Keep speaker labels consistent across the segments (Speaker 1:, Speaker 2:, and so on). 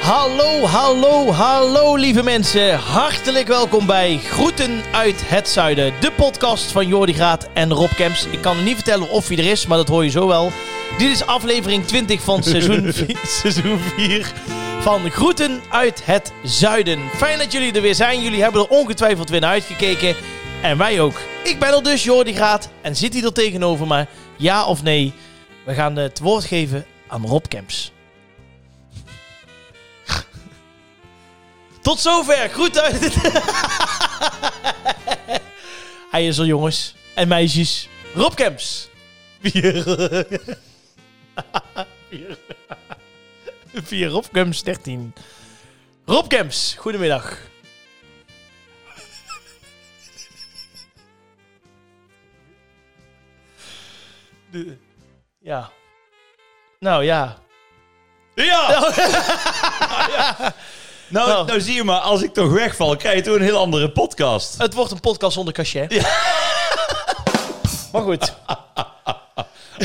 Speaker 1: Hallo, hallo, hallo lieve mensen. Hartelijk welkom bij Groeten uit het Zuiden. De podcast van Jordi Graat en Rob Kemps. Ik kan niet vertellen of hij er is, maar dat hoor je zo wel. Dit is aflevering 20 van seizoen 4, seizoen 4 van Groeten uit het Zuiden. Fijn dat jullie er weer zijn. Jullie hebben er ongetwijfeld weer naar uitgekeken. En wij ook. Ik ben er dus, Jordi Graat. En zit hij er tegenover me? Ja of nee? We gaan het woord geven aan Rob Kemps. Tot zover. Groet uit het... Hij is er, jongens. En meisjes. Rob Kemps. Vier... Vier... Vier Rob Kemps 13. Rob Kemps, goedemiddag. De- Ja. Nou ja.
Speaker 2: Ja! Nou,
Speaker 1: Nou.
Speaker 2: nou zie je maar, als ik toch wegval, krijg je toch een heel andere podcast.
Speaker 1: Het wordt een podcast zonder cachet. Maar goed.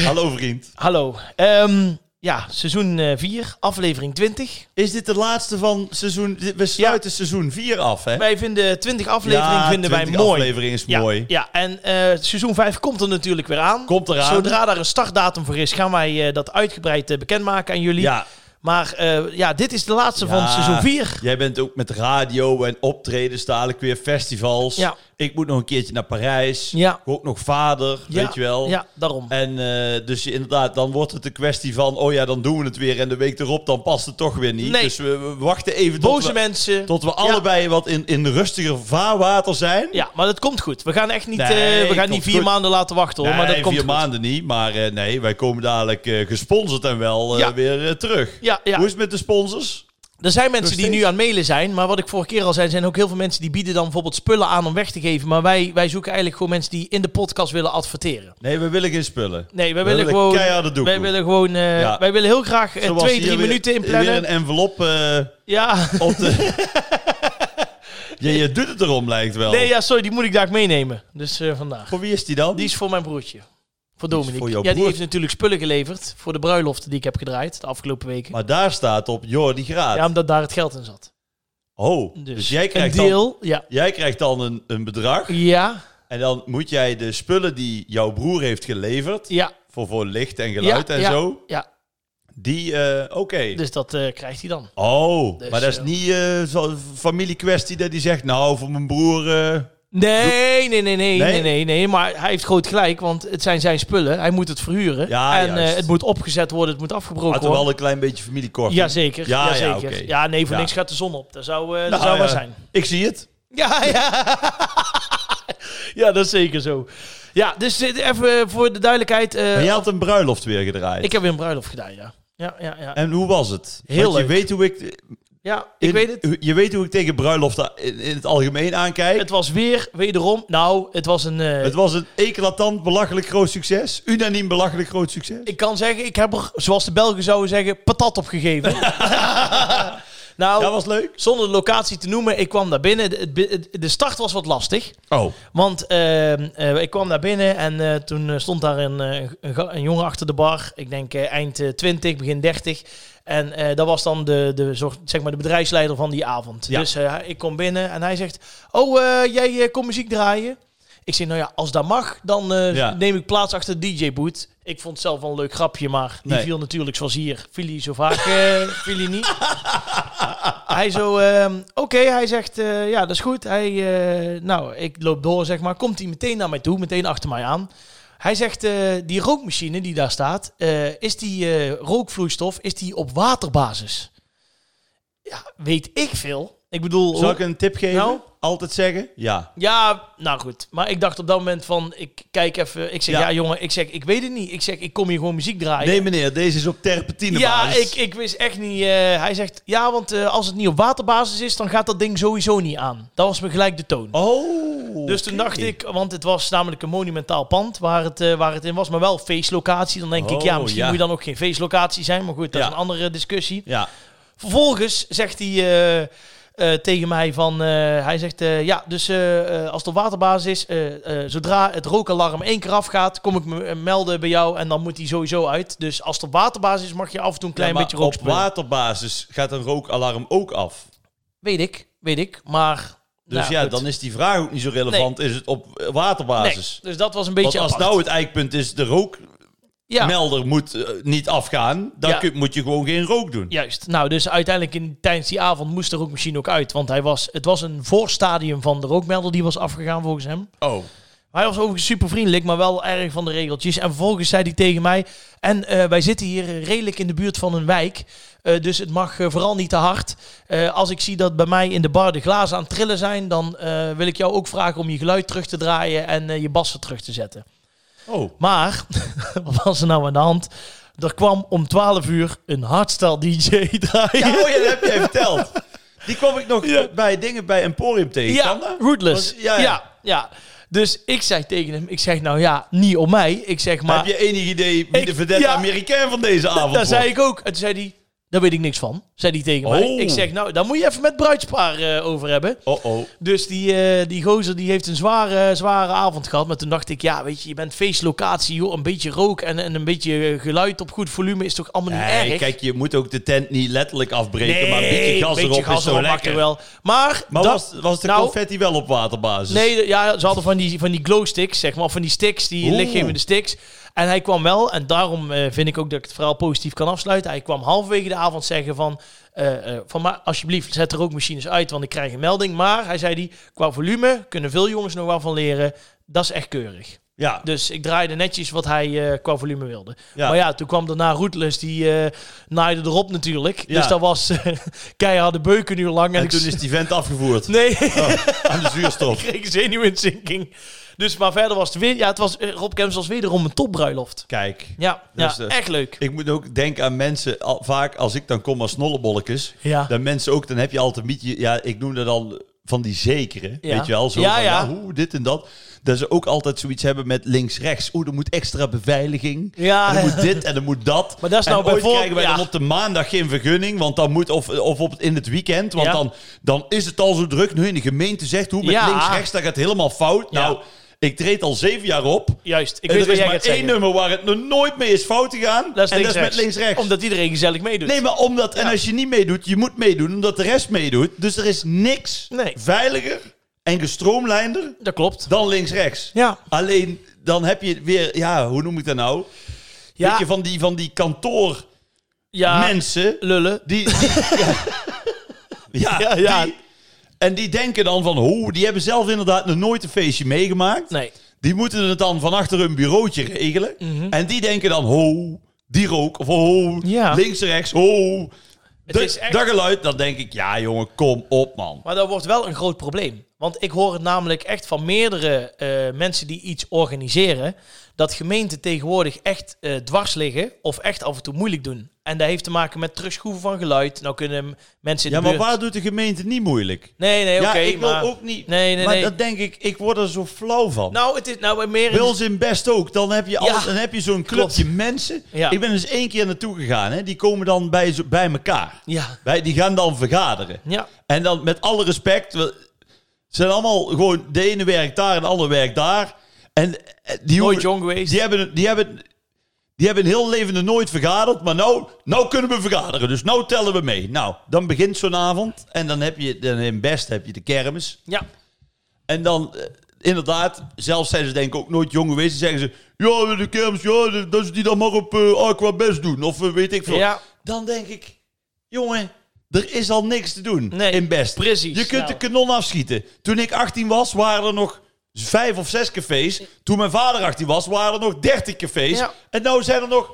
Speaker 2: Hallo vriend.
Speaker 1: Hallo. Ehm, ja, seizoen 4, aflevering 20.
Speaker 2: Is dit de laatste van seizoen... We sluiten seizoen 4 af, hè?
Speaker 1: Wij vinden 20 afleveringen
Speaker 2: Ja,
Speaker 1: vinden wij
Speaker 2: 20
Speaker 1: mooi.
Speaker 2: aflevering is
Speaker 1: ja,
Speaker 2: mooi.
Speaker 1: Ja, en eh, seizoen 5 komt er natuurlijk weer aan.
Speaker 2: Komt eraan.
Speaker 1: Zodra daar een startdatum voor is, gaan wij eh, dat uitgebreid eh, bekendmaken aan jullie.
Speaker 2: Ja.
Speaker 1: Maar eh, ja, dit is de laatste van
Speaker 2: Ja.
Speaker 1: seizoen 4.
Speaker 2: Jij bent ook met radio en optredens dadelijk weer, festivals.
Speaker 1: Ja.
Speaker 2: Ik moet nog een keertje naar Parijs.
Speaker 1: Ja.
Speaker 2: Ik word Ook nog vader, weet je wel.
Speaker 1: Ja, daarom.
Speaker 2: En eh, dus je- inderdaad, dan wordt het een kwestie van... oh ja, dan doen we het weer en de week erop dan past het toch weer niet.
Speaker 1: Nee.
Speaker 2: Dus we, we wachten even tot
Speaker 1: Boze
Speaker 2: we,
Speaker 1: mensen.
Speaker 2: tot we allebei wat in, in rustiger vaarwater zijn.
Speaker 1: Ja, maar dat komt goed. We gaan echt niet,
Speaker 2: Nee,
Speaker 1: eh, we gaan
Speaker 2: komt
Speaker 1: niet vier
Speaker 2: goed.
Speaker 1: maanden laten wachten hoor. maar dat
Speaker 2: nee,
Speaker 1: komt
Speaker 2: vier
Speaker 1: goed.
Speaker 2: maanden niet. Maar eh, nee, wij komen dadelijk eh, gesponsord en wel eh,
Speaker 1: Ja.
Speaker 2: weer eh, terug.
Speaker 1: Ja, ja.
Speaker 2: Hoe is het met de sponsors?
Speaker 1: Er zijn mensen die
Speaker 2: steeds.
Speaker 1: nu aan het mailen zijn, maar wat ik vorige keer al zei, zijn ook heel veel mensen die bieden dan bijvoorbeeld spullen aan om weg te geven. Maar wij, wij zoeken eigenlijk gewoon mensen die in de podcast willen adverteren.
Speaker 2: Nee, we willen geen spullen.
Speaker 1: Nee, wij
Speaker 2: We
Speaker 1: willen,
Speaker 2: willen
Speaker 1: gewoon.
Speaker 2: keiharde doekoe.
Speaker 1: Wij willen gewoon. eh,
Speaker 2: Ja.
Speaker 1: Wij willen heel graag eh,
Speaker 2: Zoals
Speaker 1: twee,
Speaker 2: hier
Speaker 1: drie
Speaker 2: weer-
Speaker 1: minuten
Speaker 2: Weer
Speaker 1: inplannen.
Speaker 2: een envelop eh,
Speaker 1: Ja.
Speaker 2: op de... ja, je doet het erom, lijkt wel.
Speaker 1: Nee, ja, sorry, die moet ik daar meenemen. Dus eh, vandaag.
Speaker 2: Voor wie is die dan?
Speaker 1: Die is voor mijn broertje. Voor Dominique.
Speaker 2: voor jouw
Speaker 1: ja, die
Speaker 2: broer.
Speaker 1: heeft natuurlijk spullen geleverd voor de bruiloften die ik heb gedraaid de afgelopen weken.
Speaker 2: Maar daar staat op Jordi Graat.
Speaker 1: ja, omdat daar het geld in zat.
Speaker 2: Oh,
Speaker 1: Dus,
Speaker 2: dus, jij, krijgt
Speaker 1: een
Speaker 2: dan,
Speaker 1: deel. Ja.
Speaker 2: jij krijgt dan een, een bedrag.
Speaker 1: Ja.
Speaker 2: En dan moet jij de spullen die jouw broer heeft geleverd...
Speaker 1: Ja.
Speaker 2: voor, voor licht en geluid
Speaker 1: ja,
Speaker 2: en
Speaker 1: ja,
Speaker 2: zo...
Speaker 1: Ja.
Speaker 2: die, eh, oké.
Speaker 1: Dus dat eh, krijgt hij dan.
Speaker 2: Oh,
Speaker 1: Dus,
Speaker 2: maar dat is
Speaker 1: eh,
Speaker 2: niet eh, zo'n familiekwestie dat hij zegt, nou, voor mijn broer... eh,
Speaker 1: Nee, nee, nee, nee, nee,
Speaker 2: Nee?
Speaker 1: nee, nee. Maar hij heeft groot gelijk, want het zijn zijn spullen. Hij moet het verhuren.
Speaker 2: Ja,
Speaker 1: en eh,
Speaker 2: juist.
Speaker 1: het moet opgezet worden, het moet afgebroken
Speaker 2: hadden we
Speaker 1: worden.
Speaker 2: al een klein beetje familiekorting.
Speaker 1: Jazeker.
Speaker 2: Ja,
Speaker 1: Ja,
Speaker 2: ja,
Speaker 1: zeker. Ja,
Speaker 2: oké.
Speaker 1: nee, voor
Speaker 2: Ja.
Speaker 1: niks gaat de zon op. Dat zou, eh, dat
Speaker 2: Nou,
Speaker 1: zou wel
Speaker 2: ja,
Speaker 1: zijn. Eh,
Speaker 2: Ik zie het.
Speaker 1: Ja, ja. ja, dat is zeker zo. Ja, dus dit even voor de duidelijkheid. eh,
Speaker 2: Maar jij had een bruiloft weer gedraaid.
Speaker 1: ik heb weer een bruiloft gedaan, ja. Ja, ja, ja.
Speaker 2: En hoe was het?
Speaker 1: Heel
Speaker 2: Want je
Speaker 1: leuk.
Speaker 2: weet hoe ik...
Speaker 1: ja ik
Speaker 2: Eh, in-
Speaker 1: weet het.
Speaker 2: Je weet hoe ik tegen bruiloften in, in het algemeen aankijk.
Speaker 1: Het
Speaker 2: Het,
Speaker 1: was weer, wederom, nou, het was een... eh,
Speaker 2: was een eclatant belachelijk groot succes. Unaniem belachelijk groot succes.
Speaker 1: ik kan zeggen, ik heb er, zoals de Belgen zouden zeggen, patat op gegeven. nou,
Speaker 2: dat was leuk.
Speaker 1: zonder de locatie te noemen, ik kwam daar binnen. De- het bi- het- De start was wat lastig.
Speaker 2: Oh.
Speaker 1: Want ehm, eh, ik kwam daar binnen en eh, toen eh, stond daar een, eh, een, ga- een jongen achter de bar. Ik denk eh, eind eh, 20, begin 30. En eh, dat was dan de, de, soort- zeg maar de bedrijfsleider van die avond.
Speaker 2: Ja.
Speaker 1: Dus eh, ik kom binnen en hij zegt... Oh, eh, jij eh, komt muziek draaien? Ik zeg, nou ja, als dat mag, dan eh,
Speaker 2: Ja.
Speaker 1: neem ik plaats achter de DJ-boot. Ik vond het zelf wel een leuk grapje, maar die
Speaker 2: Nee.
Speaker 1: viel natuurlijk zoals hier. Viel hij zo vaak, eh viel hij niet. Hij zo, ehm, oké, hij zegt, eh, ja, dat is goed. Hij, eh, nou, ik loop door, zeg maar. Komt hij meteen naar mij toe, meteen achter mij aan. Hij zegt, eh, die rookmachine die daar staat, eh, is die eh, rookvloeistof, is die op waterbasis? Ja, weet ik veel. Ik bedoel...
Speaker 2: Zal ik een tip geven?
Speaker 1: Nou?
Speaker 2: Altijd zeggen? Ja.
Speaker 1: Ja, nou goed. Maar ik dacht op dat moment van, ik kijk even. Ik zeg, ja,
Speaker 2: Ja.
Speaker 1: jongen, ik zeg, ik weet het niet. Ik zeg, ik kom hier gewoon muziek draaien.
Speaker 2: Nee meneer, deze is op terpentine
Speaker 1: Ah, ja, ik, ik wist echt niet. eh, hij zegt, ja, want eh, als het niet op waterbasis is, dan gaat dat ding sowieso niet aan. Dat was me gelijk de toon.
Speaker 2: Oh.
Speaker 1: Dus toen
Speaker 2: oké.
Speaker 1: dacht ik, want het was namelijk een monumentaal pand waar het, eh, waar het in was, maar wel feestlocatie. Dan denk ik, ja,
Speaker 2: Oh,
Speaker 1: misschien
Speaker 2: ja.
Speaker 1: moet je dan ook geen feestlocatie zijn. Maar goed, dat
Speaker 2: Ja. nou,
Speaker 1: is een andere discussie.
Speaker 2: Ja.
Speaker 1: Vervolgens zegt hij, eh, eh, tegen mij van, eh, hij zegt, eh, ja, dus eh, eh, als het op waterbasis is, eh, eh, zodra het rookalarm één keer afgaat, kom ik me eh, melden bij jou en dan moet die sowieso uit. Dus als het op waterbasis is, mag je af en toe een klein
Speaker 2: Ja, maar
Speaker 1: beetje rook
Speaker 2: Op waterbasis gaat een rookalarm ook af.
Speaker 1: Weet ik, weet ik, maar...
Speaker 2: Dus
Speaker 1: nou,
Speaker 2: ja,
Speaker 1: goed.
Speaker 2: dan is die vraag ook niet zo relevant. Is het op eh,
Speaker 1: Nee,
Speaker 2: waterbasis?
Speaker 1: dus dat was een
Speaker 2: Want
Speaker 1: beetje
Speaker 2: als
Speaker 1: apart.
Speaker 2: nou het eikpunt is, de rookmelder
Speaker 1: ja.
Speaker 2: moet eh, niet afgaan. Dan
Speaker 1: Ja.
Speaker 2: kun- moet je gewoon geen rook doen.
Speaker 1: Juist. Nou, dus uiteindelijk in, tijdens die avond moest de rookmachine ook uit. Want hij was, het was een voorstadium van de rookmelder. Die was afgegaan volgens hem.
Speaker 2: Oh.
Speaker 1: Hij was overigens super vriendelijk, maar wel erg van de regeltjes. En vervolgens zei hij tegen mij... En eh, wij zitten hier eh, redelijk in de buurt van een wijk. eh, dus het mag eh, vooral niet te hard. Eh, als ik zie dat bij mij in de bar de glazen aan het trillen zijn... dan eh, wil ik jou ook vragen om je geluid terug te draaien... en eh, je bassen terug te zetten.
Speaker 2: Oh.
Speaker 1: Maar, wat was er nou aan de hand? Er kwam om 12 uur een hardstyle DJ draaien.
Speaker 2: Ja, oh ja, dat heb jij verteld. Die kwam ik nog bij dingen bij Emporium tegen. Kan
Speaker 1: Ja,
Speaker 2: dat?
Speaker 1: rootless.
Speaker 2: Was- ja,
Speaker 1: ja,
Speaker 2: ja.
Speaker 1: ja. Dus ik zei tegen hem, ik zeg nou ja, niet om mij. Ik zeg maar,
Speaker 2: heb je enig idee wie
Speaker 1: Ik-
Speaker 2: de verdette
Speaker 1: ja.
Speaker 2: Amerikaan van deze avond
Speaker 1: daar
Speaker 2: was?
Speaker 1: zei ik ook. En toen zei hij, daar weet ik niks van. Zei hij tegen mij.
Speaker 2: Oh.
Speaker 1: Ik zeg nou, daar moet je even met bruidspaar eh, over hebben.
Speaker 2: Oh oh.
Speaker 1: Dus die, eh, die gozer die heeft een zware, zware avond gehad. Maar toen dacht ik, ja weet je, je bent feestlocatie joh. Een beetje rook en, en een beetje eh, geluid op goed volume is toch allemaal niet
Speaker 2: Nee,
Speaker 1: erg?
Speaker 2: kijk, je moet ook de tent niet letterlijk afbreken,
Speaker 1: Nee,
Speaker 2: maar een beetje gas erop is zo
Speaker 1: erop mag
Speaker 2: lekker.
Speaker 1: er wel. Maar,
Speaker 2: Maar
Speaker 1: dat,
Speaker 2: was, was de
Speaker 1: nou-
Speaker 2: confetti wel op waterbasis?
Speaker 1: Nee, de- ja, ze hadden van die, van die glow sticks, zeg maar. Van die sticks, die
Speaker 2: Oeh.
Speaker 1: lichtgevende sticks. En hij kwam wel, en daarom eh, vind ik ook dat ik het verhaal positief kan afsluiten. Hij kwam halverwege de avond zeggen van... eh, eh, van maar alsjeblieft, zet de rookmachines uit, want ik krijg een melding. Maar, hij zei die, qua volume kunnen veel jongens nog wel van leren. Dat is echt keurig.
Speaker 2: Ja,
Speaker 1: Dus ik draaide netjes wat hij eh, qua volume wilde.
Speaker 2: Ja.
Speaker 1: Maar ja, toen kwam daarna Rootless, die eh, naaide erop natuurlijk.
Speaker 2: Ja.
Speaker 1: Dus dat was eh, keiharde beuken een uur lang. En,
Speaker 2: en
Speaker 1: ik
Speaker 2: toen
Speaker 1: z-
Speaker 2: is die vent afgevoerd
Speaker 1: Nee,
Speaker 2: aan de zuurstof.
Speaker 1: kreeg zenuwinzinking. Dus, maar verder was het weer... Ja, het was, eh, Rob Kemps was wederom een topbruiloft.
Speaker 2: Kijk,
Speaker 1: Ja,
Speaker 2: Dus,
Speaker 1: ja
Speaker 2: eh,
Speaker 1: echt leuk.
Speaker 2: ik moet ook denken aan mensen, al- vaak als ik dan kom als snollebolletjes,
Speaker 1: Ja.
Speaker 2: dan mensen ook, dan heb je altijd een beetje, ja, ik noem dat dan van die zekere,
Speaker 1: Ja.
Speaker 2: weet je wel, zo
Speaker 1: Ja,
Speaker 2: van, ja.
Speaker 1: ja.
Speaker 2: hoe, dit en dat. Dat ze ook altijd zoiets hebben met links-rechts. Oeh, er moet extra beveiliging.
Speaker 1: Ja.
Speaker 2: En er moet dit en er moet dat.
Speaker 1: Maar dat is
Speaker 2: en
Speaker 1: nou
Speaker 2: ooit
Speaker 1: bijvoor-
Speaker 2: krijgen wij
Speaker 1: ja.
Speaker 2: dan op de maandag geen vergunning, want dan moet, of, of op, het- in het weekend, want
Speaker 1: Ja.
Speaker 2: dan, dan is het al zo druk. Nu in de gemeente zegt, hoe met
Speaker 1: Ja.
Speaker 2: links-rechts, dat gaat helemaal fout.
Speaker 1: Ja.
Speaker 2: Nou, ik treed al zeven jaar op.
Speaker 1: Juist, ik
Speaker 2: En
Speaker 1: weet
Speaker 2: er
Speaker 1: wat
Speaker 2: is
Speaker 1: jij
Speaker 2: maar één
Speaker 1: gaat zeggen.
Speaker 2: nummer waar het nog nooit mee is fout gegaan.
Speaker 1: Dat is,
Speaker 2: en dat
Speaker 1: links,
Speaker 2: is met links-rechts.
Speaker 1: Omdat iedereen gezellig meedoet.
Speaker 2: Nee, maar omdat... En
Speaker 1: Ja.
Speaker 2: als je niet meedoet, je moet meedoen omdat de rest meedoet. Dus er is niks
Speaker 1: Nee.
Speaker 2: veiliger en gestroomlijnder
Speaker 1: Dat klopt.
Speaker 2: dan links-rechts.
Speaker 1: Ja.
Speaker 2: Alleen, dan heb je weer... Ja, hoe noem ik dat nou?
Speaker 1: Ja.
Speaker 2: Weet je, van die, van die kantoormensen...
Speaker 1: Ja, lullen.
Speaker 2: Die, die- ja. Ja,
Speaker 1: Ah. Ja, ja.
Speaker 2: die- en die denken dan van... Hoe, die hebben zelf inderdaad nog nooit een feestje meegemaakt.
Speaker 1: Nee.
Speaker 2: Die moeten het dan van achter hun bureautje regelen.
Speaker 1: Mhm.
Speaker 2: En die denken dan, ho, die rook. Of ho,
Speaker 1: Ja.
Speaker 2: links, rechts, ho. Dat-
Speaker 1: is echt-
Speaker 2: Dat geluid, dan denk ik, ja jongen, kom op man.
Speaker 1: Maar dat wordt wel een groot probleem. Want ik hoor het namelijk echt van meerdere eh, mensen die iets organiseren. Dat gemeenten tegenwoordig echt eh, dwars liggen. Of echt af en toe moeilijk doen. En dat heeft te maken met terugschroeven van geluid. Nou kunnen mensen in
Speaker 2: Ja,
Speaker 1: de
Speaker 2: maar
Speaker 1: buurt...
Speaker 2: waar doet de gemeente niet moeilijk?
Speaker 1: Nee, nee, oké.
Speaker 2: ja, ik wil
Speaker 1: maar...
Speaker 2: ook niet.
Speaker 1: Nee, nee,
Speaker 2: maar
Speaker 1: nee.
Speaker 2: dat denk ik, ik word er zo flauw van.
Speaker 1: Nou, het is nou meer...
Speaker 2: Wil ze in best ook. Dan heb je, alles,
Speaker 1: Ja.
Speaker 2: dan heb je zo'n clubje mensen.
Speaker 1: Ja.
Speaker 2: Ik ben eens één keer naartoe gegaan. Hè. Die komen dan bij, zo- bij elkaar.
Speaker 1: Ja,
Speaker 2: Bij, die gaan dan vergaderen.
Speaker 1: ja.
Speaker 2: En dan met alle respect, we ze zijn allemaal gewoon de ene werkt daar en de andere werkt daar. En eh, die, hoeven-
Speaker 1: Nooit jong geweest.
Speaker 2: die hebben, die hebben, die hebben een heel leven er nooit vergaderd, maar nou, nou kunnen we vergaderen, dus nou tellen we mee. Nou, dan begint zo'n avond en dan heb je, dan in best heb je de kermis.
Speaker 1: Ja,
Speaker 2: En dan, eh, inderdaad, zelf zijn ze denk ik ook nooit jong geweest, dan zeggen ze, ja, de kermis, ja, dat ze die dan maar op eh, Aqua Best doen, of eh, weet ik veel.
Speaker 1: ja,
Speaker 2: Dan denk ik, jongen, er is al niks te doen
Speaker 1: Nee,
Speaker 2: in best.
Speaker 1: precies.
Speaker 2: Je kunt
Speaker 1: Nou.
Speaker 2: de kanon afschieten. Toen ik 18 was, waren er nog vijf of zes cafés. Toen mijn vader 18 was, waren er nog 30 cafés.
Speaker 1: Ja.
Speaker 2: En nu zijn er nog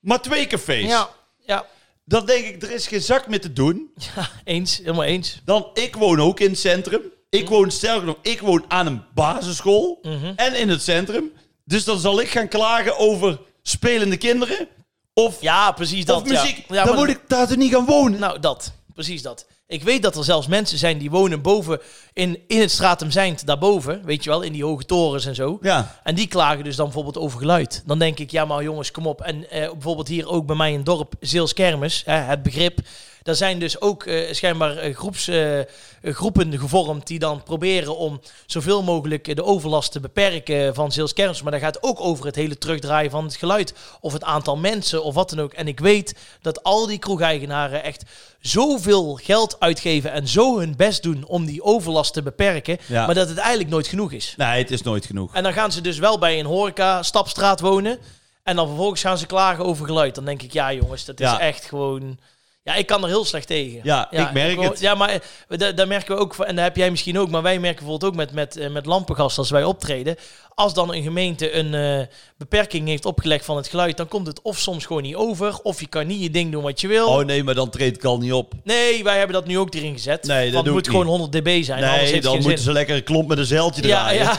Speaker 2: maar twee cafés.
Speaker 1: ja, ja.
Speaker 2: Dan denk ik, er is geen zak meer te doen.
Speaker 1: Ja, eens, helemaal eens.
Speaker 2: Dan, ik woon ook in het centrum. Ik
Speaker 1: Mhm.
Speaker 2: woon sterker nog, ik woon aan een basisschool en in het centrum. Dus dan zal ik gaan klagen over spelende kinderen of,
Speaker 1: Ja, precies dat.
Speaker 2: of muziek.
Speaker 1: Ja. Ja,
Speaker 2: dan
Speaker 1: maar-
Speaker 2: moet ik daar toch niet gaan wonen.
Speaker 1: Nou, dat. Precies dat. Ik weet dat er zelfs mensen zijn die wonen boven in, in het stratum Zijnd, daarboven, weet je wel, in die hoge torens en zo.
Speaker 2: Ja.
Speaker 1: En die klagen dus dan bijvoorbeeld over geluid. Dan denk ik, ja maar jongens, kom op. En eh, bijvoorbeeld hier ook bij mij in het dorp, Zeels Kermis, hè, het begrip. Daar zijn dus ook eh, schijnbaar eh, groeps, eh, groepen gevormd die dan proberen om zoveel mogelijk eh, de overlast te beperken van Zeeuws Kermis. Maar dat gaat ook over het hele terugdraaien van het geluid of het aantal mensen of wat dan ook. En ik weet dat al die kroegeigenaren echt zoveel geld uitgeven en zo hun best doen om die overlast te beperken,
Speaker 2: Ja.
Speaker 1: maar dat het eigenlijk nooit genoeg is.
Speaker 2: Nee, het is nooit genoeg.
Speaker 1: En dan gaan ze dus wel bij een horeca stapstraat wonen. En dan vervolgens gaan ze klagen over geluid. Dan denk ik, ja jongens, dat is
Speaker 2: Ja.
Speaker 1: echt gewoon... Ja, ik kan er heel slecht tegen.
Speaker 2: Ja, ik merk
Speaker 1: wou-
Speaker 2: het.
Speaker 1: Ja, maar eh, da- daar merken we ook, van- en dat heb jij misschien ook, maar wij merken bijvoorbeeld ook met, met, eh, met lampengas als wij optreden. Als dan een gemeente een eh, beperking heeft opgelegd van het geluid, dan komt het of soms gewoon niet over, of je kan niet je ding doen wat je wil.
Speaker 2: Oh nee, maar dan treedt ik al niet op.
Speaker 1: Nee, wij hebben dat nu ook erin gezet.
Speaker 2: Nee, dat
Speaker 1: Want het
Speaker 2: doe
Speaker 1: moet
Speaker 2: ik
Speaker 1: gewoon
Speaker 2: niet.
Speaker 1: 100 dB zijn, anders
Speaker 2: Nee,
Speaker 1: heeft het
Speaker 2: dan
Speaker 1: geen
Speaker 2: moeten
Speaker 1: zin.
Speaker 2: ze lekker een klomp met een zeiltje draaien.
Speaker 1: ja,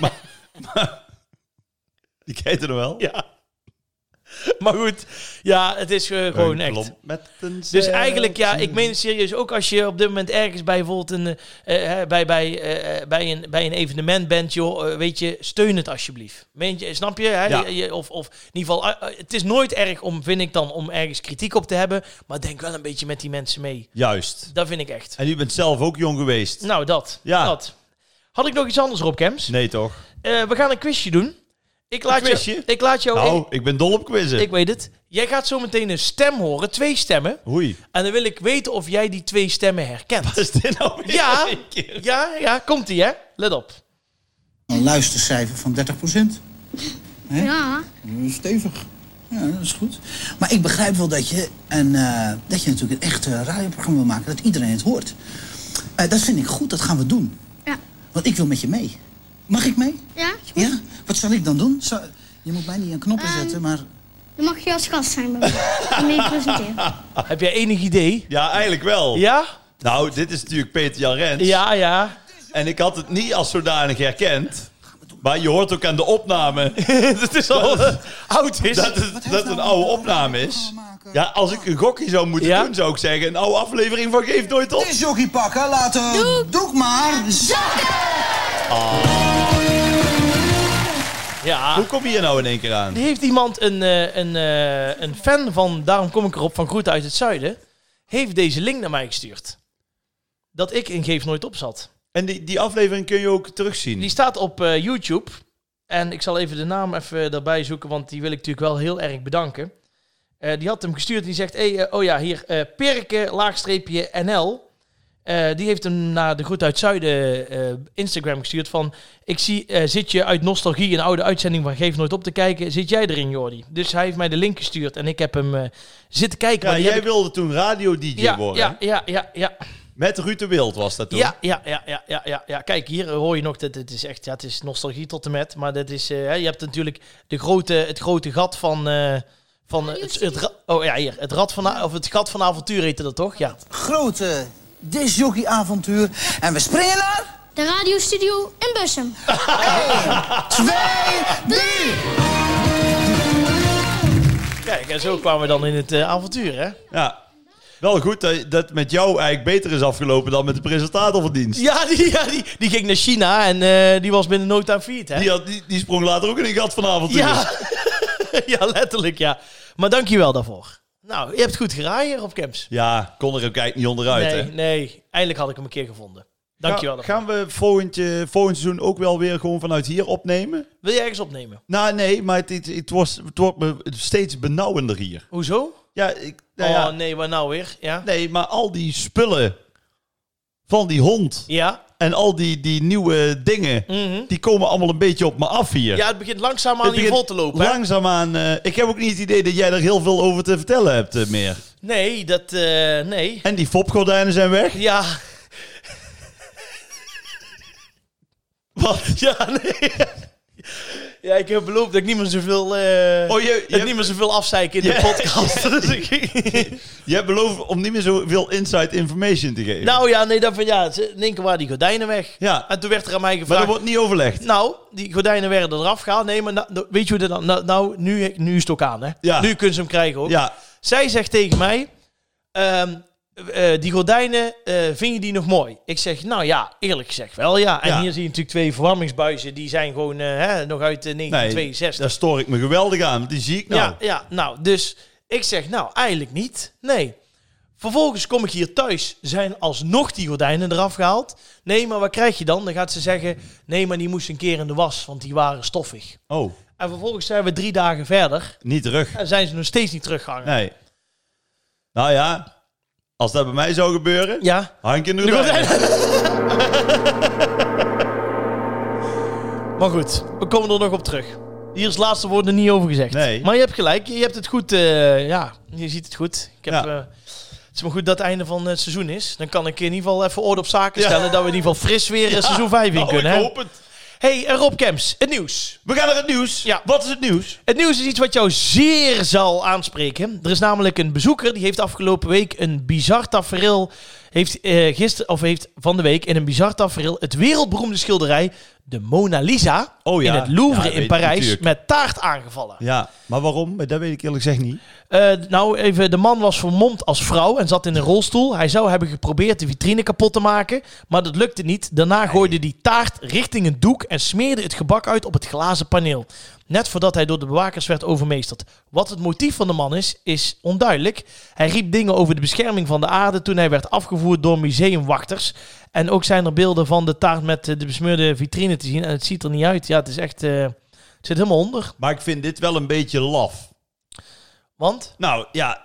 Speaker 1: ja.
Speaker 2: Die kent er nog wel.
Speaker 1: Ja. Maar goed, ja, het is eh, gewoon
Speaker 2: Een
Speaker 1: echt.
Speaker 2: klomp met een
Speaker 1: Dus
Speaker 2: zeiltje.
Speaker 1: eigenlijk, ja,
Speaker 2: hm.
Speaker 1: ik meen het serieus, ook als je op dit moment ergens bij bijvoorbeeld een, eh, eh, bij, bij, eh, eh, bij, een, bij een evenement bent, joh, eh, weet je, steun het alsjeblieft. Meen je, snap je? Hè?
Speaker 2: Ja.
Speaker 1: Je- je- of, of in ieder geval, eh, eh, het is nooit erg om, vind ik dan, om ergens kritiek op te hebben, maar denk wel een beetje met die mensen mee.
Speaker 2: Juist.
Speaker 1: Dat vind ik echt.
Speaker 2: En u bent zelf ook jong geweest.
Speaker 1: Nou, dat.
Speaker 2: Ja.
Speaker 1: Dat. Had ik nog iets anders, Rob Kems?
Speaker 2: Nee toch?
Speaker 1: Eh, we gaan een quizje doen. Ik laat, je,
Speaker 2: quizje?
Speaker 1: Oh, ik laat jou...
Speaker 2: Nou, ik ben dol op quizzen.
Speaker 1: Ik weet het. Jij gaat zo meteen een stem horen, twee stemmen.
Speaker 2: Oei.
Speaker 1: En dan wil ik weten of jij die twee stemmen herkent.
Speaker 2: Is dit nou weer
Speaker 1: Ja,
Speaker 2: een keer?
Speaker 1: ja, ja, komt ie hè? Let op.
Speaker 3: Een luistercijfer van 30 procent.
Speaker 4: Ja.
Speaker 3: Stevig. Ja, dat is goed. Maar ik begrijp wel dat je, een, eh, dat je natuurlijk een echt eh, radioprogramma wil maken. Dat iedereen het hoort. Eh, dat vind ik goed, dat gaan we doen.
Speaker 4: Ja.
Speaker 3: Want ik wil met je mee. Mag ik mee?
Speaker 4: Ja?
Speaker 3: Ja? Wat zal ik dan doen? Zal- Je moet mij niet aan knoppen
Speaker 4: Ehm.
Speaker 3: zetten, maar...
Speaker 4: Dan mag je als gast zijn bij mij. En mee presenteren.
Speaker 1: Heb jij enig idee?
Speaker 2: Ja, eigenlijk wel.
Speaker 1: Ja?
Speaker 2: Nou, dit is natuurlijk Peter Jan Rens.
Speaker 1: Ja, ja.
Speaker 2: En ik had het niet als zodanig herkend. Maar je hoort ook aan de opname
Speaker 1: Het is al eh, oud is.
Speaker 2: dat
Speaker 1: het.
Speaker 2: het dat een oude opname is. Ja, als ik een gokje zou moeten
Speaker 1: Ja?
Speaker 2: doen, zou ik zeggen... een oude aflevering van Geef Nooit Op.
Speaker 3: Dit is jockey pakken, laat hem. Doe. maar.
Speaker 1: Ja.
Speaker 2: Hoe kom je hier nou in één keer aan?
Speaker 1: Er heeft iemand een, eh, een, eh, een fan van, daarom kom ik erop, van Groeten uit het Zuiden, heeft deze link naar mij gestuurd. Dat ik in Geef Nooit Op zat.
Speaker 2: En die, die aflevering kun je ook terugzien.
Speaker 1: Die staat op eh, YouTube. En ik zal even de naam even erbij zoeken, want die wil ik natuurlijk wel heel erg bedanken. Eh, die had hem gestuurd. Die zegt, hey, eh, oh ja, hier, eh Perke, laagstreepje, NL. Eh, die heeft hem naar de Goed uit Zuiden eh, Instagram gestuurd van... Ik zie, eh, zit je uit nostalgie een oude uitzending van Geef Nooit Op te kijken? Zit jij erin, Jordi? Dus hij heeft mij de link gestuurd en ik heb hem eh, zitten kijken.
Speaker 2: Ja,
Speaker 1: maar die
Speaker 2: jij
Speaker 1: heb ik-
Speaker 2: wilde toen radio-dj
Speaker 1: ja,
Speaker 2: worden.
Speaker 1: ja, ja, ja, ja.
Speaker 2: Met Ruud de Wild was dat toen.
Speaker 1: Ja, ja, ja, ja, ja, ja, ja. Kijk, hier hoor je nog dat het is echt, ja, het is nostalgie tot en met. Maar dat is, eh, hè, je hebt natuurlijk de grote, het grote gat van, eh, van eh, het, het ra- oh ja, hier, het rad van, a- of het gat van avontuur heette dat toch? Ja.
Speaker 3: Grote disjockey avontuur. En we springen naar...
Speaker 4: De radiostudio in Bussum.
Speaker 3: Twee, drie.
Speaker 1: Kijk, en zo kwamen we dan in het eh, avontuur, hè?
Speaker 2: Ja. Wel goed dat dat met jou eigenlijk beter is afgelopen dan met de presentator van dienst.
Speaker 1: Ja, die, ja, die, die ging naar China en eh, die was binnen no time failliet, hè?
Speaker 2: Die, had, die, die sprong later ook in een gat vanavond. dus.
Speaker 1: Ja. ja, letterlijk, ja. Maar dankjewel daarvoor. Nou, je hebt goed geraaid hier op camps.
Speaker 2: ja, kon er ook eigenlijk niet onderuit.
Speaker 1: Nee,
Speaker 2: hè?
Speaker 1: nee, eindelijk had ik hem een keer gevonden. Dankjewel
Speaker 2: Ga-
Speaker 1: daarvoor.
Speaker 2: gaan we volgend, eh, volgend seizoen ook wel weer gewoon vanuit hier opnemen?
Speaker 1: Wil je ergens opnemen?
Speaker 2: Nou, nee, maar het, het, het was, het wordt me steeds benauwender hier.
Speaker 1: Hoezo?
Speaker 2: Ja, ik, nou ja,
Speaker 1: Oh nee, waar nou weer? Ja.
Speaker 2: nee, maar al die spullen van die hond
Speaker 1: Ja.
Speaker 2: en al die, die nieuwe dingen,
Speaker 1: Mhm.
Speaker 2: die komen allemaal een beetje op me af hier.
Speaker 1: ja, het begint langzaam
Speaker 2: Het
Speaker 1: aan je
Speaker 2: begint
Speaker 1: vol te lopen. hè?
Speaker 2: Langzaamaan. eh, ik heb ook niet het idee dat jij er heel veel over te vertellen hebt eh, meer.
Speaker 1: Nee, dat. eh, nee.
Speaker 2: En die fopgordijnen zijn weg.
Speaker 1: Ja.
Speaker 2: Wat?
Speaker 1: Ja, nee. Ja, ik heb beloofd dat ik niet meer zoveel. eh
Speaker 2: Oh, je,
Speaker 1: dat
Speaker 2: je,
Speaker 1: ik niet meer zoveel afzeiken in
Speaker 2: Ja.
Speaker 1: de podcast. Dus ik-
Speaker 2: jij belooft om niet meer zoveel inside information te geven.
Speaker 1: nou ja, nee, dat van ja. ze- In één keer waren die gordijnen weg.
Speaker 2: ja,
Speaker 1: En toen werd er aan mij
Speaker 2: maar
Speaker 1: gevraagd.
Speaker 2: dat wordt niet overlegd.
Speaker 1: Nou, die gordijnen werden eraf gehaald. Nee, maar nou, weet je hoe dat dan? Nou, nou nu, nu is het ook aan, hè?
Speaker 2: Ja.
Speaker 1: Nu kunnen ze hem krijgen ook.
Speaker 2: Ja,
Speaker 1: Zij zegt tegen mij: ehm, eh, Die gordijnen, eh, vind je die nog mooi? Ik zeg: Nou ja, eerlijk gezegd wel ja. En
Speaker 2: Ja.
Speaker 1: hier zie je natuurlijk twee verwarmingsbuizen. Die zijn gewoon eh, hè, nog uit eh,
Speaker 2: nee,
Speaker 1: 1962.
Speaker 2: daar stoor ik me geweldig aan. want Die zie ik nou.
Speaker 1: Ja, ja, nou, dus ik zeg: Nou, eigenlijk niet. Nee. Vervolgens kom ik hier thuis, zijn alsnog die gordijnen eraf gehaald. Nee, maar wat krijg je dan? Dan gaat ze zeggen, nee, maar die moest een keer in de was, want die waren stoffig.
Speaker 2: Oh,
Speaker 1: En vervolgens zijn we drie dagen verder
Speaker 2: niet terug.
Speaker 1: en zijn ze nog steeds niet teruggehangen.
Speaker 2: Nee. Nou ja, als dat bij mij zou gebeuren,
Speaker 1: Ja.
Speaker 2: hang ik in de
Speaker 1: De
Speaker 2: gordijnen.
Speaker 1: gordijnen. maar goed, we komen er nog op terug. Hier is laatste woord er niet over gezegd.
Speaker 2: Nee.
Speaker 1: Maar je hebt gelijk, je hebt het goed. eh, ja, je ziet het goed. Ik heb,
Speaker 2: Ja.
Speaker 1: eh, het is maar goed dat het einde van het seizoen is. Dan kan ik in ieder geval even orde op zaken stellen. Dat we in ieder geval fris weer eh, seizoen 5 in
Speaker 2: Nou,
Speaker 1: kunnen.
Speaker 2: ik
Speaker 1: hè?
Speaker 2: hoop het.
Speaker 1: Hey, eh, Rob Kemps, het nieuws.
Speaker 2: We gaan naar het nieuws.
Speaker 1: Ja.
Speaker 2: Wat is het nieuws?
Speaker 1: Het nieuws is iets wat jou zeer zal aanspreken. Er is namelijk een bezoeker die heeft afgelopen week een bizar tafereel. Heeft, eh gister, of heeft van de week in een bizar tafereel het wereldberoemde schilderij De Mona Lisa
Speaker 2: Oh ja.
Speaker 1: in het Louvre
Speaker 2: Ja,
Speaker 1: in
Speaker 2: weet-
Speaker 1: Parijs
Speaker 2: natuurlijk.
Speaker 1: met taart aangevallen.
Speaker 2: Ja, maar waarom? Dat weet ik eerlijk gezegd niet.
Speaker 1: Eh, nou, even, de man was vermomd als vrouw en zat in een rolstoel. Hij zou hebben geprobeerd de vitrine kapot te maken, maar dat lukte niet. Daarna gooide hij taart richting een doek en smeerde het gebak uit op het glazen paneel. Net voordat hij door de bewakers werd overmeesterd. Wat het motief van de man is, is onduidelijk. Hij riep dingen over de bescherming van de aarde toen hij werd afgevoerd door museumwachters. En ook zijn er beelden van de taart met eh, de besmeurde vitrine te zien. En het ziet er niet uit. Ja, het is echt... eh, het zit helemaal onder.
Speaker 2: Maar ik vind dit wel een beetje laf.
Speaker 1: Want...
Speaker 2: Nou ja,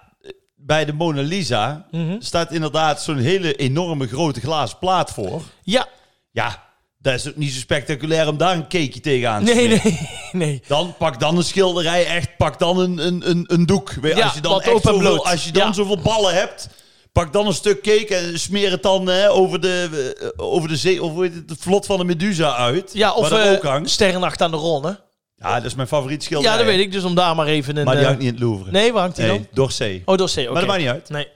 Speaker 2: bij de Mona Lisa
Speaker 1: Mhm.
Speaker 2: staat inderdaad zo'n hele enorme grote glazen plaat voor.
Speaker 1: Ja.
Speaker 2: Ja, dat is ook niet zo spectaculair om daar een cakeje tegenaan te
Speaker 1: Nee,
Speaker 2: smeren.
Speaker 1: nee, nee.
Speaker 2: Dan pak dan een schilderij, echt. Pak dan een, een, een, een doek. Weet,
Speaker 1: Ja,
Speaker 2: als je dan,
Speaker 1: dat
Speaker 2: echt
Speaker 1: open
Speaker 2: zoveel,
Speaker 1: bloot.
Speaker 2: als je dan
Speaker 1: Ja.
Speaker 2: zoveel ballen hebt, pak dan een stuk cake en smeer het dan hè, over, de, eh, over de zee, of hoe heet het, het vlot van de Medusa uit.
Speaker 1: Ja, of
Speaker 2: waar dat
Speaker 1: eh,
Speaker 2: ook hangt.
Speaker 1: Sterrennacht aan de Ron, hè?
Speaker 2: Ja, dat is mijn favoriet schilderij.
Speaker 1: Ja, dat weet ik. Dus om daar maar even een...
Speaker 2: Maar die
Speaker 1: eh,
Speaker 2: hangt niet in het Louvre.
Speaker 1: Nee, waar hangt die
Speaker 2: Nee,
Speaker 1: dan?
Speaker 2: Dorsey.
Speaker 1: Oh, door C, oké.
Speaker 2: Maar dat maakt niet uit.
Speaker 1: Nee.